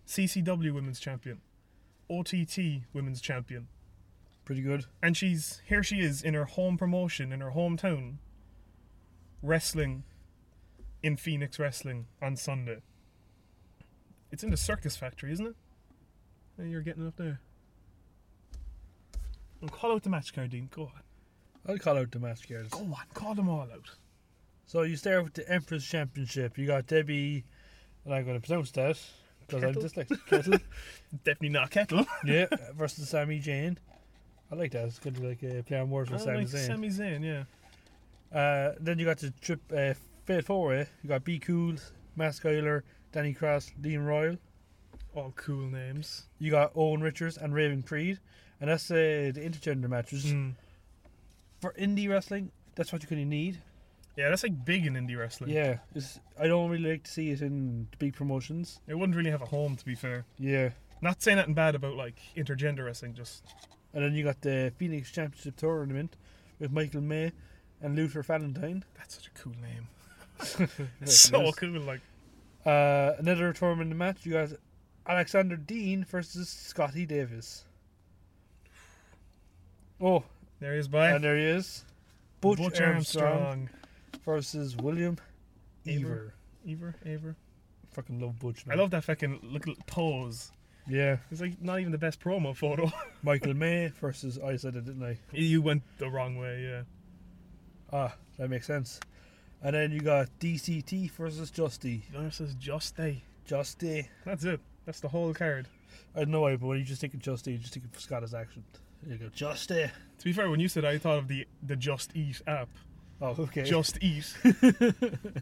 Speaker 1: CCW Women's Champion, OTT Women's Champion,
Speaker 2: Pretty good.
Speaker 1: and she's here. She is in her home promotion in her hometown, wrestling in Phoenix Wrestling on Sunday. It's in the Circus Factory, isn't it? And you're getting it up there. And call out the match card, Dean. Go on,
Speaker 2: I'll call out the match cards.
Speaker 1: go on, call them all out.
Speaker 2: So you start with the Empress Championship. You got Debbie, and I'm going to pronounce that because I'm
Speaker 1: Kettle?
Speaker 2: dyslexic. Kettle.
Speaker 1: Definitely not Kettle.
Speaker 2: yeah, versus Sami Zayn. I like that. It's good to like uh, play on words
Speaker 1: I
Speaker 2: with Sami
Speaker 1: like
Speaker 2: Zayn.
Speaker 1: Sami Zayn, yeah.
Speaker 2: uh, then you got the trip uh, Fate Four Way. You got B Cool, Matt Skyler, Danny Cross, Liam Royal.
Speaker 1: All cool names.
Speaker 2: You got Owen Richards and Raven Creed, and that's uh, the intergender matches
Speaker 1: Mm.
Speaker 2: for indie wrestling. That's what you kind of need.
Speaker 1: Yeah, that's like big in indie wrestling.
Speaker 2: Yeah, it's, I don't really like to see it in the big promotions.
Speaker 1: It wouldn't really have a home, to be fair.
Speaker 2: Yeah,
Speaker 1: Not saying nothing bad about like intergender wrestling, just
Speaker 2: And then you got the Phoenix Championship Tournament with Michael May and Luther Valentine.
Speaker 1: That's such a cool name. so cool, like
Speaker 2: Uh, another tournament match, you got Alexander Dean versus Scotty Davis. Oh,
Speaker 1: there he is by
Speaker 2: and there he is. Butch, Armstrong, versus William
Speaker 1: Ever. Ever,
Speaker 2: Ever.
Speaker 1: ever.
Speaker 2: Fucking love Butch.
Speaker 1: I
Speaker 2: Man.
Speaker 1: love that fucking little pose.
Speaker 2: Yeah,
Speaker 1: It's like not even the best promo photo.
Speaker 2: Michael May versus I said it, didn't I?
Speaker 1: you went the wrong way, yeah.
Speaker 2: Ah, that makes sense. And then you got DCT versus Justy.
Speaker 1: Versus Justy.
Speaker 2: Justy.
Speaker 1: That's it. That's the whole card.
Speaker 2: I don't know why, but when you just think of Justy, you just think of Scott's accent. You go, Justy.
Speaker 1: To be fair, when you said I thought of the the Just Eat app.
Speaker 2: Oh, okay.
Speaker 1: Just Eat.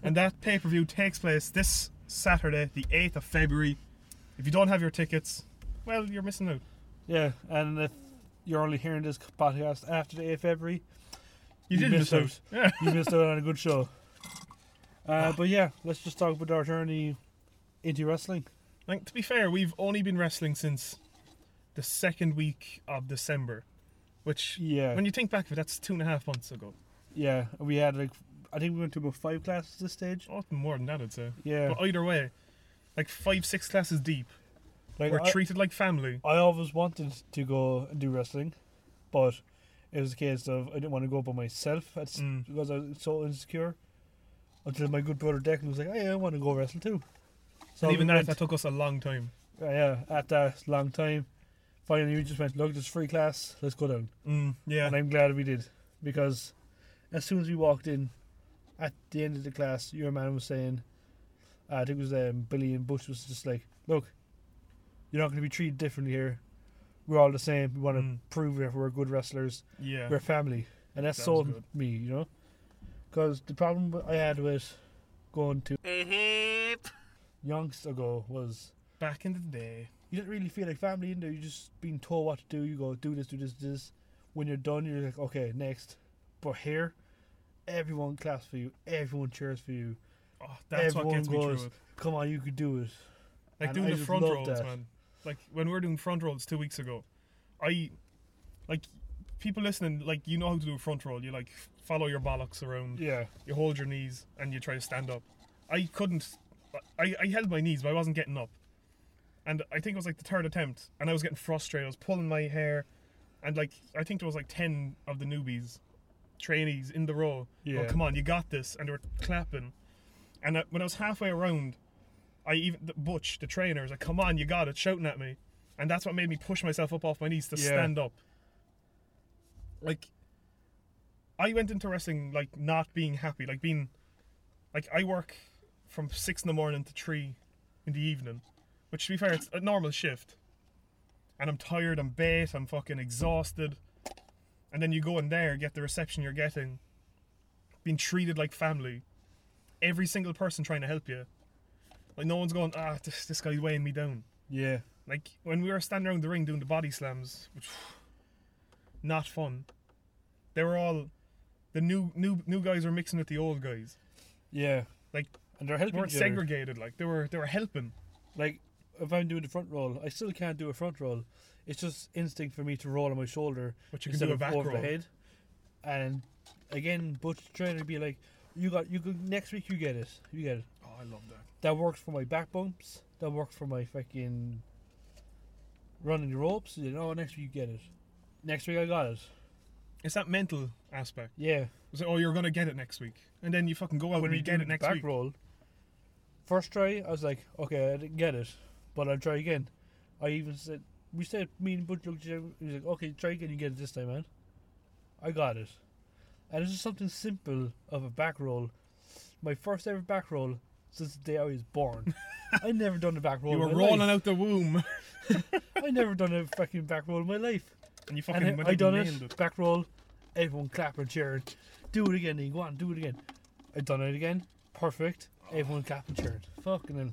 Speaker 1: and that pay per view takes place this Saturday, the 8th of February. If you don't have your tickets, well, you're missing out.
Speaker 2: yeah, and if you're only hearing this podcast after the 8th of February,
Speaker 1: You,
Speaker 2: You
Speaker 1: did miss
Speaker 2: missed
Speaker 1: out. Yeah.
Speaker 2: you missed out on a good show. Uh, but yeah, let's just talk about our journey into wrestling.
Speaker 1: Like, to be fair, we've only been wrestling since the second week of December, which,
Speaker 2: Yeah.
Speaker 1: when you think back of it, that's two and a half months ago.
Speaker 2: Yeah, we had like, I think we went to about five classes this stage.
Speaker 1: Oh, more than that, I'd say.
Speaker 2: Yeah.
Speaker 1: But uh, either way, like five, six classes deep,
Speaker 2: Like,
Speaker 1: we're
Speaker 2: I-
Speaker 1: treated like family.
Speaker 2: I always wanted to go and do wrestling, but it was a case of I didn't want to go by myself at, s-
Speaker 1: Mm.
Speaker 2: because I was so insecure. Until my good brother Declan was like, "Hey, I want to go wrestle too." So
Speaker 1: and even
Speaker 2: we
Speaker 1: that, that
Speaker 2: went-
Speaker 1: took us a long time.
Speaker 2: uh, yeah, at that long time, finally we just went, "Look, there's free class. Let's go down."
Speaker 1: Mm, yeah.
Speaker 2: And I'm glad we did because as soon as we walked in, at the end of the class, your man was saying, I think it was um, Billy and Bush was just like, look, you're not going to be treated differently here. We're all the same. We want to
Speaker 1: Mm.
Speaker 2: prove that we're good wrestlers.
Speaker 1: yeah.
Speaker 2: We're family, and that
Speaker 1: Sounds
Speaker 2: sold
Speaker 1: good.
Speaker 2: me, you know, because the problem I had with going to yonks ago was
Speaker 1: Back in the day.
Speaker 2: you didn't really feel like family in there. You're just being told what to do. You go do this, do this, do this. When you're done, you're like, okay, next. But here, everyone claps for you. Everyone cheers for you.
Speaker 1: Oh, that's what
Speaker 2: Everyone
Speaker 1: gets me
Speaker 2: goes-
Speaker 1: through it.
Speaker 2: Come on, you could do it.
Speaker 1: Like
Speaker 2: And
Speaker 1: doing
Speaker 2: I
Speaker 1: the
Speaker 2: just
Speaker 1: front
Speaker 2: love
Speaker 1: rolls,
Speaker 2: that.
Speaker 1: man. Like when we were doing front rolls two weeks ago, I like people listening, like you know how to do a front roll. You like follow your bollocks around,
Speaker 2: Yeah,
Speaker 1: you hold your knees and you try to stand up. I couldn't I, I held my knees but I wasn't getting up. And I think it was like the third attempt and I was getting frustrated. I was pulling my hair and like I think there was like ten of the newbies, trainees in the row.
Speaker 2: Yeah.
Speaker 1: Oh come on, you got this and they were clapping. And I, when I was halfway around, I even the Butch, the trainer, was like, "Come on, you got it!" shouting at me, and that's what made me push myself up off my knees to
Speaker 2: Yeah.
Speaker 1: stand up. Like, I went into wrestling like not being happy, like being, like I work from six in the morning to three in the evening, which to be fair, it's a normal shift, and I'm tired, I'm bait, I'm fucking exhausted, and then you go in there, get the reception you're getting, being treated like family, every single person trying to help you. Like no one's going, ah, this, this guy's weighing me down.
Speaker 2: yeah.
Speaker 1: Like when we were standing around the ring doing the body slams, which not fun. They were all the new new new guys were mixing with the old guys.
Speaker 2: Yeah,
Speaker 1: Like
Speaker 2: and they're
Speaker 1: they
Speaker 2: helping
Speaker 1: weren't
Speaker 2: each other.
Speaker 1: segregated. Like they were they were helping.
Speaker 2: Like if I'm doing the front roll, I still can't do a front roll. It's just instinct for me to roll on my shoulder
Speaker 1: But you can
Speaker 2: instead
Speaker 1: do a
Speaker 2: of
Speaker 1: back
Speaker 2: over
Speaker 1: roll.
Speaker 2: the head. And again, Butch trainer be like, "You got, you could next week. You get it. You get it."
Speaker 1: Oh, I love that.
Speaker 2: That works for my back bumps. That works for my fucking running the ropes. You know, next week you get it. Next week I got it.
Speaker 1: It's that mental aspect.
Speaker 2: Yeah.
Speaker 1: It's like, oh, you're gonna get it next week, and then you fucking go out and
Speaker 2: When we
Speaker 1: Oh, you get
Speaker 2: did
Speaker 1: it next
Speaker 2: back
Speaker 1: week.
Speaker 2: roll, first try I was like, okay, I didn't get it, but I'll try again. I even said, we said me and Butch looked at each other, he was like, okay, try again, you get it this time, man. I got it, and it's just something simple of a back roll. My first ever back roll since the day I was born. I never done a back roll.
Speaker 1: You
Speaker 2: in
Speaker 1: were
Speaker 2: my
Speaker 1: rolling
Speaker 2: life.
Speaker 1: out the womb,
Speaker 2: I never done a fucking back roll in my life.
Speaker 1: and you fucking
Speaker 2: And
Speaker 1: went
Speaker 2: I, I
Speaker 1: out
Speaker 2: done
Speaker 1: and nailed
Speaker 2: it, back roll, everyone clapping, cheering. Do it again, then go on, do it again. I done it again, perfect. Everyone clapping, cheering. Fucking hell.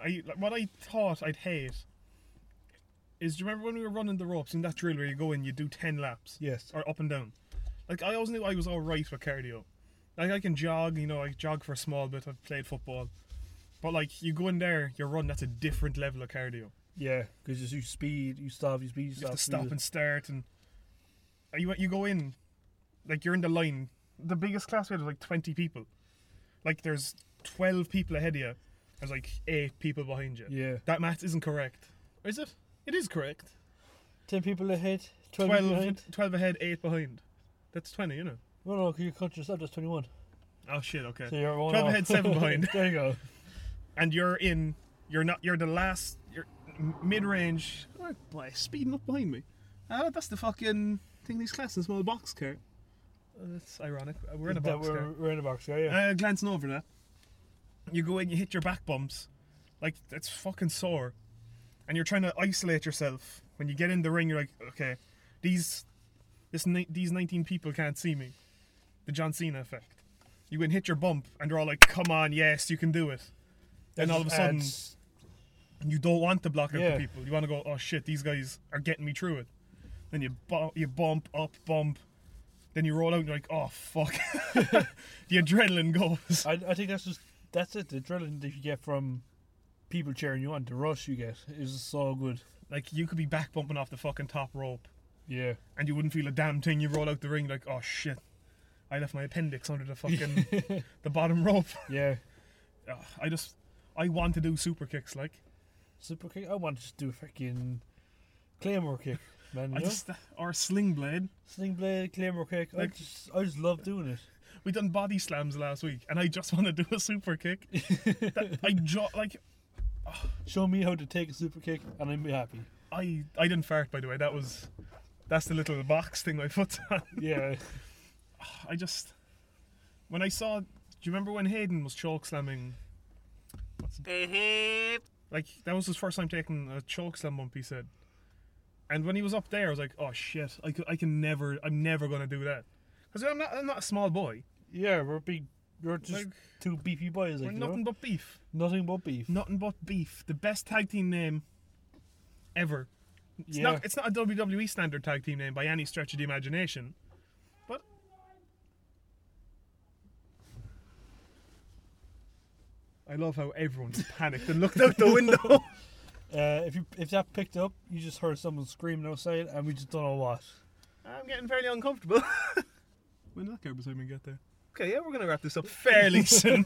Speaker 1: I like, what I thought I'd hate is do you remember when we were running the ropes in that drill where you go in, you do ten laps,
Speaker 2: Yes.
Speaker 1: or up and down. Like I always knew I was all right with cardio. Like I can jog, you know, I jog for a small bit. I've played football, but like you go in there, you run. That's a different level of cardio.
Speaker 2: Yeah, because you speed, you stop, you speed, you
Speaker 1: You
Speaker 2: stop.
Speaker 1: have to stop
Speaker 2: you-
Speaker 1: and start, and Are you you go in, like you're in the line. The biggest class we had was like twenty people. Like there's twelve people ahead of you. There's like eight people behind you.
Speaker 2: Yeah.
Speaker 1: That math isn't correct.
Speaker 4: Is it?
Speaker 1: It is correct.
Speaker 2: Ten people ahead,
Speaker 1: 12,
Speaker 2: twelve, behind.
Speaker 1: 12 ahead, eight behind. That's twenty, you know.
Speaker 2: No, no, 'cause you cut yourself. That's twenty-one.
Speaker 1: Oh shit. Okay.
Speaker 2: So you're one
Speaker 1: 12
Speaker 2: off.
Speaker 1: ahead, seven behind.
Speaker 2: there you go.
Speaker 1: and you're in. You're not. You're the last. You're m- mid-range. Right, Oh, boy, speeding up behind me. Ah, that's the fucking thing. These class in small box car. Uh, that's ironic. Uh, We're in a
Speaker 2: That
Speaker 1: box
Speaker 2: we're,
Speaker 1: car.
Speaker 2: we're in a box car. Yeah.
Speaker 1: Uh, glancing over that, you go in. You hit your back bumps. Like that's fucking sore. And you're trying to isolate yourself. When you get in the ring, you're like, okay, these, this, ni- these 19 people can't see me. The John Cena effect. You go and hit your bump, and they're all like, "Come on, yes, you can do it."
Speaker 2: That
Speaker 1: and all of a
Speaker 2: just
Speaker 1: sudden-
Speaker 2: adds-
Speaker 1: you don't want to block out
Speaker 2: Yeah.
Speaker 1: the people. You want to go, oh shit, these guys are getting me through it. Then you bu- you bump up, bump. Then you roll out and you're like, oh fuck. the adrenaline goes.
Speaker 2: I, I think that's just that's it. The adrenaline that you get from people cheering you on, the rush you get is so good.
Speaker 1: Like you could be back bumping off the fucking top rope,
Speaker 2: Yeah.
Speaker 1: and you wouldn't feel a damn thing. You roll out the ring like, oh shit, I left my appendix under the fucking the bottom rope.
Speaker 2: Yeah.
Speaker 1: Ugh, I just I want to do super kicks. Like
Speaker 2: Super kick. I want to just do a freaking claymore kick, man. You
Speaker 1: I
Speaker 2: know?
Speaker 1: just or sling blade.
Speaker 2: Sling blade, claymore kick. I
Speaker 1: Like-
Speaker 2: just I just love doing it.
Speaker 1: We done body slams last week, and I just want to do a super kick. That- I jo- like
Speaker 2: Show me how to take a super kick, and I'm happy.
Speaker 1: I I didn't fart by the way. That was that's the little box thing my foot's on.
Speaker 2: Yeah.
Speaker 1: I just when I saw. Do you remember when Hayden was choke slamming? What's like that was his first time taking a choke slam bump. He said, and when he was up there, I was like, oh shit, I could, I can never, I'm never gonna do that because I'm not I'm not a small boy.
Speaker 2: yeah, we're big. We're just
Speaker 1: Like-
Speaker 2: two beefy boys,
Speaker 1: We're
Speaker 2: like you
Speaker 1: nothing
Speaker 2: know?
Speaker 1: but beef.
Speaker 2: nothing but beef.
Speaker 1: Nothing but beef. The best tag team name ever. It's,
Speaker 2: yeah,
Speaker 1: not, it's not a WWE standard tag team name by any stretch of the imagination. But. I love how everyone's panicked and looked out the window.
Speaker 2: uh, if you if that picked up, you just heard someone screaming outside, and we just don't know what.
Speaker 1: I'm getting fairly uncomfortable. when did that car beside me get there? Okay, yeah, we're going to wrap this up fairly soon.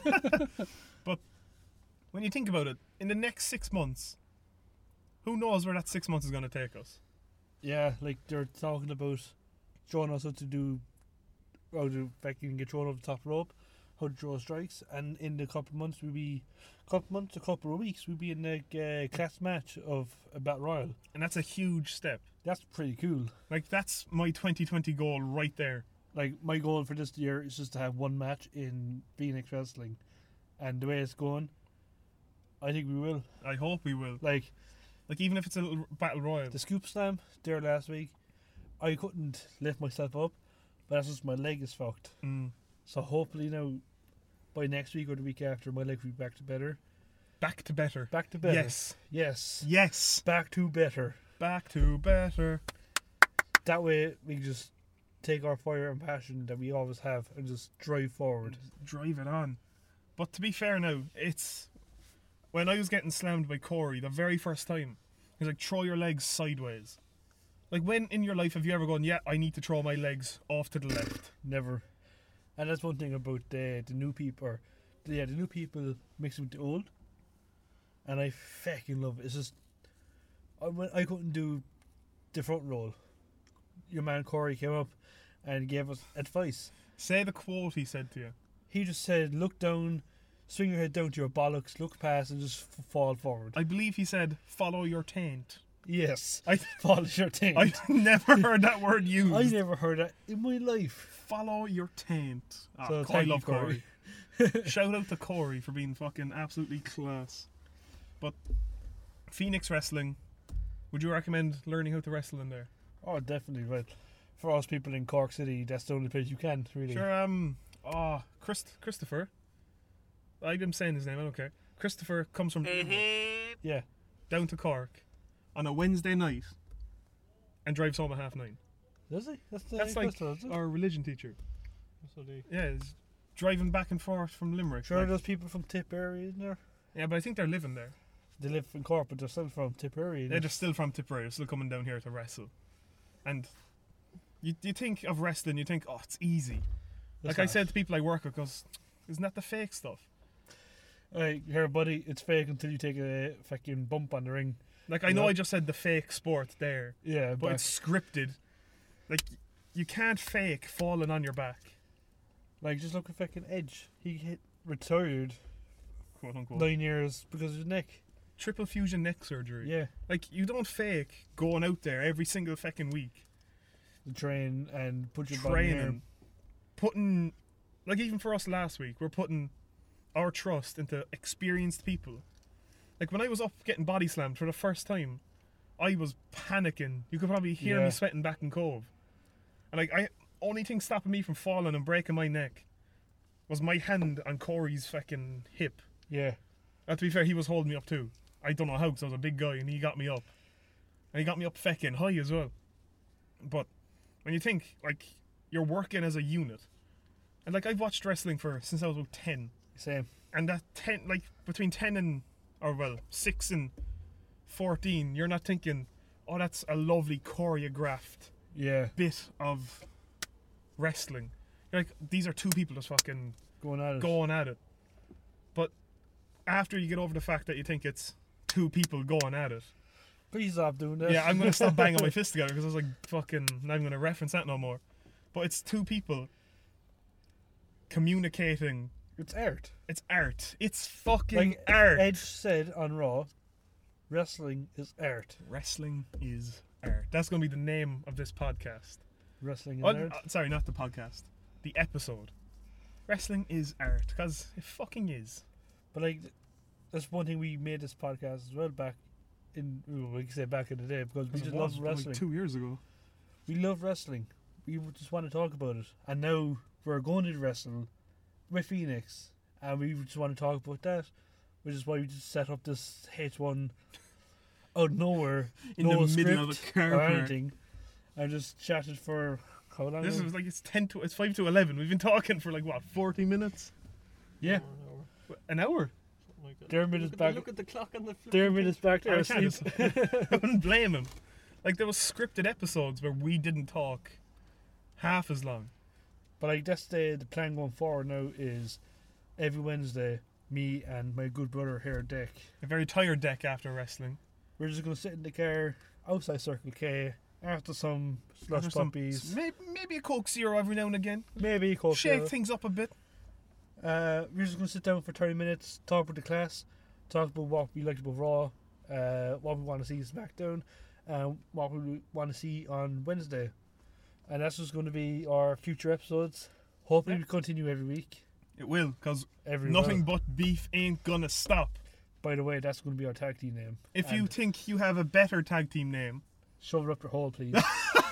Speaker 1: but when you think about it, in the next six months, who knows where that six months is going to take us?
Speaker 2: Yeah, like they're talking about showing us how to do how to like you can get thrown over the top rope, how to draw strikes, and in the couple of months we'll be couple months, a couple of weeks we'll be in a uh, class match of a battle royal.
Speaker 1: And that's a huge step.
Speaker 2: That's pretty cool.
Speaker 1: Like, that's my 2020 goal right there.
Speaker 2: Like my goal for this year is just to have one match in Phoenix Wrestling, and the way it's going, I think we will.
Speaker 1: I hope we will.
Speaker 2: Like
Speaker 1: Like even if it's a little battle royal.
Speaker 2: the scoop slam there last week, I couldn't lift myself up, but that's just my leg is fucked.
Speaker 1: Mm.
Speaker 2: So hopefully now, by next week or the week after, my leg will be back to better.
Speaker 1: Back to better.
Speaker 2: Back to better.
Speaker 1: Yes.
Speaker 2: Yes.
Speaker 1: Yes.
Speaker 2: Back to better.
Speaker 1: Back to better.
Speaker 2: That way we can just take our fire and passion that we always have and just drive forward.
Speaker 1: Drive it on. But to be fair now, it's when I was getting slammed by Corey the very first time, he's like, throw your legs sideways. Like when in your life have you ever gone, Yeah, I need to throw my legs off to the left.
Speaker 2: Never. And that's one thing about the the new people. Or, yeah, the new people mixed with the old. And I fucking love it. It's just I went- I couldn't do the front roll. Your man Corey came up and gave us advice.
Speaker 1: Say the quote he said to you.
Speaker 2: He just said, look down, swing your head down to your bollocks, look past, and just f- fall forward.
Speaker 1: I believe he said, Follow your taint.
Speaker 2: Yes.
Speaker 1: I
Speaker 2: Follow your taint. I,
Speaker 1: I never heard that word used.
Speaker 2: never heard that in my life.
Speaker 1: Follow your taint. Ah,
Speaker 2: So
Speaker 1: Co- I
Speaker 2: thank you,
Speaker 1: love Corey. Shout out to Corey for being fucking absolutely class. But Phoenix Wrestling, would you recommend learning how to wrestle in there?
Speaker 2: Oh, definitely, right. For us people in Cork City, that's the only place you can, really.
Speaker 1: Sure. Um. Ah, Christ- Christopher. I'm saying his name. I don't care. Christopher comes from
Speaker 2: Yeah.
Speaker 1: down to Cork on a Wednesday night and drives home at half nine.
Speaker 2: Does he? That's, the
Speaker 1: That's like
Speaker 2: Costa, is it?
Speaker 1: our religion teacher.
Speaker 4: So they
Speaker 1: Yeah, he's driving back and forth from Limerick.
Speaker 2: Sure,
Speaker 1: like-
Speaker 2: there's people from Tipperary, isn't there?
Speaker 1: yeah, but I think they're living there.
Speaker 2: They live in Cork, but they're still from Tipperary.
Speaker 1: They're just still from Tipperary, they're still coming down here to wrestle. And You, you think of wrestling, you think, oh, it's easy. like
Speaker 2: It's
Speaker 1: I
Speaker 2: not.
Speaker 1: said to people I work with, goes, isn't that the fake stuff?
Speaker 2: Hey, here, buddy, it's fake until you take a fucking bump on the ring.
Speaker 1: Like I know
Speaker 2: No.
Speaker 1: I just said the fake sport there,
Speaker 2: Yeah,
Speaker 1: but
Speaker 2: back.
Speaker 1: it's scripted. Like y- you can't fake falling on your back,
Speaker 2: like just look at fucking Edge. He hit retired
Speaker 1: quote unquote.
Speaker 2: nine years because of his neck.
Speaker 1: Triple fusion neck surgery.
Speaker 2: Yeah,
Speaker 1: Like you don't fake going out there every single fucking week
Speaker 2: the train and put your body in there.
Speaker 1: training, putting like even for us last week, we're putting our trust into experienced people. Like when I was up getting body slammed for the first time, I was panicking. You could probably hear
Speaker 2: Yeah.
Speaker 1: me sweating back in Cove. And like I only thing stopping me from falling and breaking my neck was my hand on Corey's fucking hip.
Speaker 2: Yeah,
Speaker 1: Now, to be fair, he was holding me up too. I don't know how, because I was a big guy, and he got me up. And he got me up fecking high as well. But when you think, like, you're working as a unit, and like, I've watched wrestling for since I was about 10,
Speaker 2: same.
Speaker 1: and that 10, like, between 10 and, or well, 6 and 14, you're not thinking, oh, that's a lovely choreographed
Speaker 2: Yeah,
Speaker 1: bit of wrestling. You're like, these are two people just fucking
Speaker 2: going at it.
Speaker 1: going at it. But after you get over the fact that you think it's two people going at it,
Speaker 2: Please stop doing that.
Speaker 1: yeah, I'm gonna stop banging my fist together because I was like, fucking, not even gonna reference that no more. But it's two people communicating.
Speaker 2: it's art.
Speaker 1: It's art. It's fucking
Speaker 2: Like
Speaker 1: art.
Speaker 2: Edge said on Raw, wrestling is art.
Speaker 1: Wrestling is art. That's gonna be the name of this podcast.
Speaker 2: Wrestling is
Speaker 1: Oh,
Speaker 2: art.
Speaker 1: uh, sorry, not the podcast. The episode. Wrestling is art because it fucking is.
Speaker 2: But like, that's one thing we made this podcast as well back in well, we can say back in the day because we just love wrestling.
Speaker 1: two years ago.
Speaker 2: we love wrestling. We w- just want to talk about it, and now we're going to wrestle with Phoenix, and we just want to talk about that, which is why we just set up this H one out of nowhere
Speaker 1: In
Speaker 2: no
Speaker 1: the middle of a
Speaker 2: script
Speaker 1: car
Speaker 2: or
Speaker 1: park.
Speaker 2: anything, and just chatted for how long?
Speaker 1: This
Speaker 2: now?
Speaker 1: is like it's ten to it's five to eleven. We've been talking for like what forty minutes,
Speaker 2: yeah,
Speaker 4: Over
Speaker 1: an
Speaker 4: an hour, Oh
Speaker 1: hour.
Speaker 4: something like that.
Speaker 2: Dermot
Speaker 4: look
Speaker 2: is
Speaker 4: at
Speaker 2: back-
Speaker 4: The, look at the clock on the flip.
Speaker 2: Dermot is back there
Speaker 1: I
Speaker 2: asleep.
Speaker 1: can't. I wouldn't blame him. Like there was scripted episodes where we didn't talk half as long.
Speaker 2: But like that's the the plan going forward now is every Wednesday, me and my good brother here, Dick,
Speaker 1: A very tired deck after wrestling.
Speaker 2: we're just gonna sit in the car outside Circle K after some slush
Speaker 1: After some-
Speaker 2: puppies,
Speaker 1: may- Maybe, a Coke Zero every now and again.
Speaker 2: maybe a cold
Speaker 1: Shake
Speaker 2: shower.
Speaker 1: things up a bit.
Speaker 2: Uh, we're just gonna sit down for thirty minutes, talk with the class, talk about what we liked about Raw, uh, what we want to see in SmackDown, and what we want to see on Wednesday, and that's just going to be our future episodes. Hopefully,
Speaker 1: Yeah.
Speaker 2: we continue every week.
Speaker 1: It will, cause
Speaker 2: Every
Speaker 1: nothing
Speaker 2: week.
Speaker 1: but beef ain't gonna stop.
Speaker 2: By the way, that's going to be our tag team name.
Speaker 1: If you
Speaker 2: And-
Speaker 1: think you have a better tag team name,
Speaker 2: Shove it up your hole, please.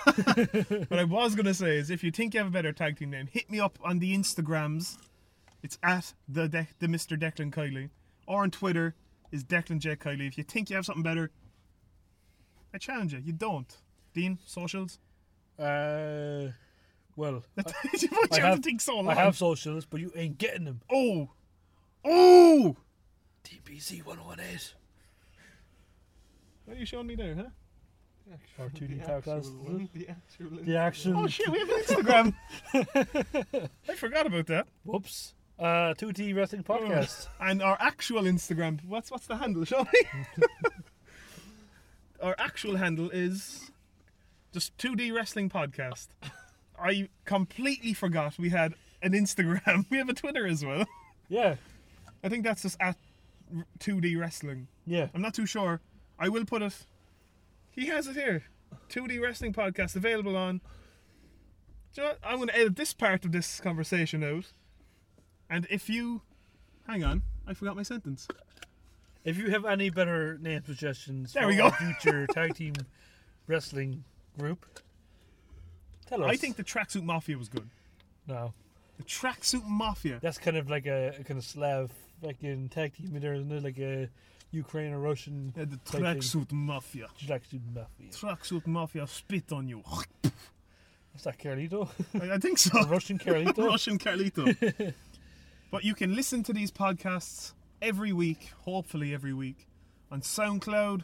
Speaker 1: what I was gonna say is, if you think you have a better tag team name, hit me up on the Instagrams. It's at the De- the Mr. Declan Kiley, or on Twitter is Declan J Kiley. If you think you have something better, I challenge you. You don't, Dean. Socials.
Speaker 2: uh, well,
Speaker 1: Why do you have,
Speaker 2: have-
Speaker 1: to think so long?
Speaker 2: I have socials, but you ain't getting them.
Speaker 1: Oh, oh!
Speaker 2: TPC 118.
Speaker 1: What are you showing me there, huh?
Speaker 4: The actual-
Speaker 2: Or 2D
Speaker 4: the
Speaker 2: podcast, is
Speaker 4: actual
Speaker 2: it?
Speaker 4: one, The actual.
Speaker 2: The action.
Speaker 1: Oh shit, we have an Instagram. I forgot about that.
Speaker 2: Whoops. Uh, 2T Wrestling
Speaker 1: Oh.
Speaker 2: Podcast.
Speaker 1: And our actual Instagram. What's what's the handle, shall we? our actual handle is just 2D Wrestling Podcast. I completely forgot we had an Instagram. We have a Twitter as well.
Speaker 2: yeah.
Speaker 1: I think that's just at 2D Wrestling.
Speaker 2: Yeah.
Speaker 1: I'm not too sure. I will put it. He has it here. 2D Wrestling Podcast available on. Do you know what? I'm going to edit this part of this conversation out. And if you. Hang on. I forgot my sentence.
Speaker 2: If you have any better name suggestions
Speaker 1: There
Speaker 2: for
Speaker 1: we go.
Speaker 2: our future tag team wrestling group, tell us.
Speaker 1: I think the Tracksuit Mafia was good.
Speaker 2: No.
Speaker 1: The Tracksuit Mafia.
Speaker 2: That's kind of like a, a kind of Slav fucking tag team in there, isn't it? Like a Ukraine or Russian.
Speaker 1: Yeah, the
Speaker 2: Type in.
Speaker 1: Tracksuit Mafia.
Speaker 2: Like to mafia.
Speaker 1: Tracksuit Mafia spit on you.
Speaker 2: Is that Carlito?
Speaker 1: I, I think so.
Speaker 2: Russian Carlito?
Speaker 1: Russian Carlito. but you can listen to these podcasts every week, hopefully every week, on SoundCloud,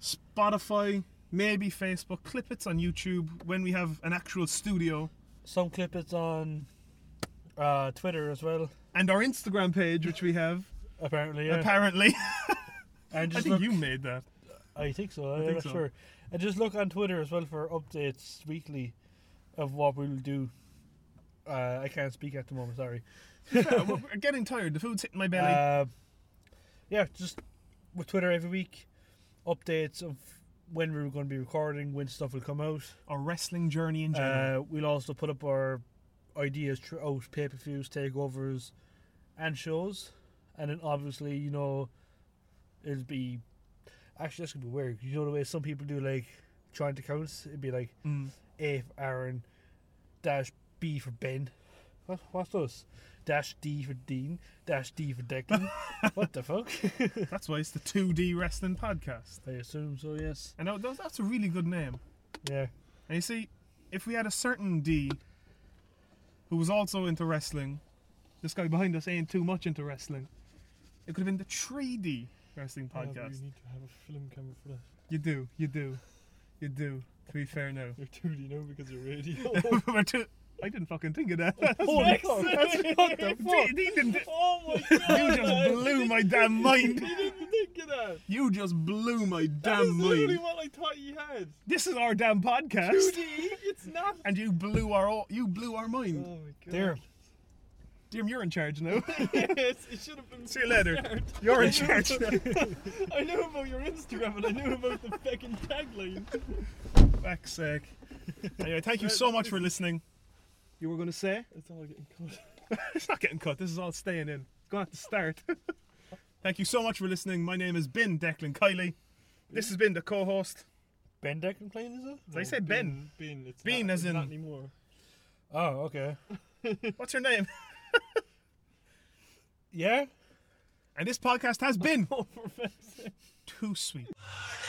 Speaker 1: Spotify, maybe Facebook, clip it's on YouTube when we have an actual studio.
Speaker 2: Some clip it's on uh, Twitter as well.
Speaker 1: And our Instagram page, which we have,
Speaker 2: Apparently, yeah.
Speaker 1: apparently.
Speaker 2: and
Speaker 1: I
Speaker 2: just
Speaker 1: think
Speaker 2: look,
Speaker 1: you made that.
Speaker 2: I think so. I am
Speaker 1: think
Speaker 2: not
Speaker 1: so.
Speaker 2: sure. And just look on Twitter as well for updates weekly of what we'll do. Uh, I can't speak at the moment. Sorry.
Speaker 1: yeah, we're we're getting tired. The food's hitting my belly.
Speaker 2: Uh, yeah, just with Twitter every week, updates of when we're going to be recording, when stuff will come out.
Speaker 1: our wrestling journey in general.
Speaker 2: Uh, we'll also put up our ideas throughout pay per views, takeovers, and shows. And then obviously, you know, it'll be. Actually, that's going to be weird. 'cause You know the way some people do, like, trying to counts? It'd be like
Speaker 1: Mm.
Speaker 2: A for Aaron, dash B for Ben. What, what's those? Dash D for Dean, dash D for Declan. what the fuck?
Speaker 1: That's why it's the 2D Wrestling Podcast.
Speaker 2: I assume so, yes.
Speaker 1: And that- that's a really good name.
Speaker 2: Yeah.
Speaker 1: And you see, if we had a certain D who was also into wrestling, this guy behind us ain't too much into wrestling. It could have been the 3D Wrestling
Speaker 4: Yeah, but
Speaker 1: Podcast.
Speaker 4: you need to have a film camera for that.
Speaker 1: You do, you do, you do. To be fair now.
Speaker 4: You're 2D now because you're radio.
Speaker 1: We're too- I didn't fucking think of that.
Speaker 2: Oh, excellent. What the fuck?
Speaker 1: He didn't-
Speaker 4: oh my god!
Speaker 1: you just blew my damn mind.
Speaker 4: You didn't think of that.
Speaker 1: You just blew my
Speaker 4: That was
Speaker 1: damn
Speaker 4: literally
Speaker 1: mind.
Speaker 4: what I thought you had.
Speaker 1: This is our damn
Speaker 4: 2D?
Speaker 1: podcast,
Speaker 4: It's not.
Speaker 1: and you blew our o- you blew our
Speaker 4: Oh my
Speaker 1: mind.
Speaker 4: god.
Speaker 2: There.
Speaker 1: Damn, you're in charge now.
Speaker 4: yes, it should have been.
Speaker 1: See you later. You're in charge now.
Speaker 4: I knew about your Instagram and I knew about the fucking tagline.
Speaker 1: Fuck's sake. Anyway, thank you so much for listening. You were going to say?
Speaker 4: It's all getting cut.
Speaker 1: It's not getting cut. This is all staying in. It's going to have to start. thank you so much for listening. My name is Ben Declan Kiley. This has been the co host.
Speaker 2: Ben Declan playing, is it?
Speaker 1: Did I say Ben?
Speaker 4: Bean. It's
Speaker 1: Bean
Speaker 4: not,
Speaker 1: as
Speaker 4: it's
Speaker 1: in-
Speaker 4: Not anymore.
Speaker 2: Oh, okay.
Speaker 1: What's your name?
Speaker 2: Yeah?
Speaker 1: And this podcast has been
Speaker 4: Oh, for fuck's sake.
Speaker 1: Too Sweet.
Speaker 3: Are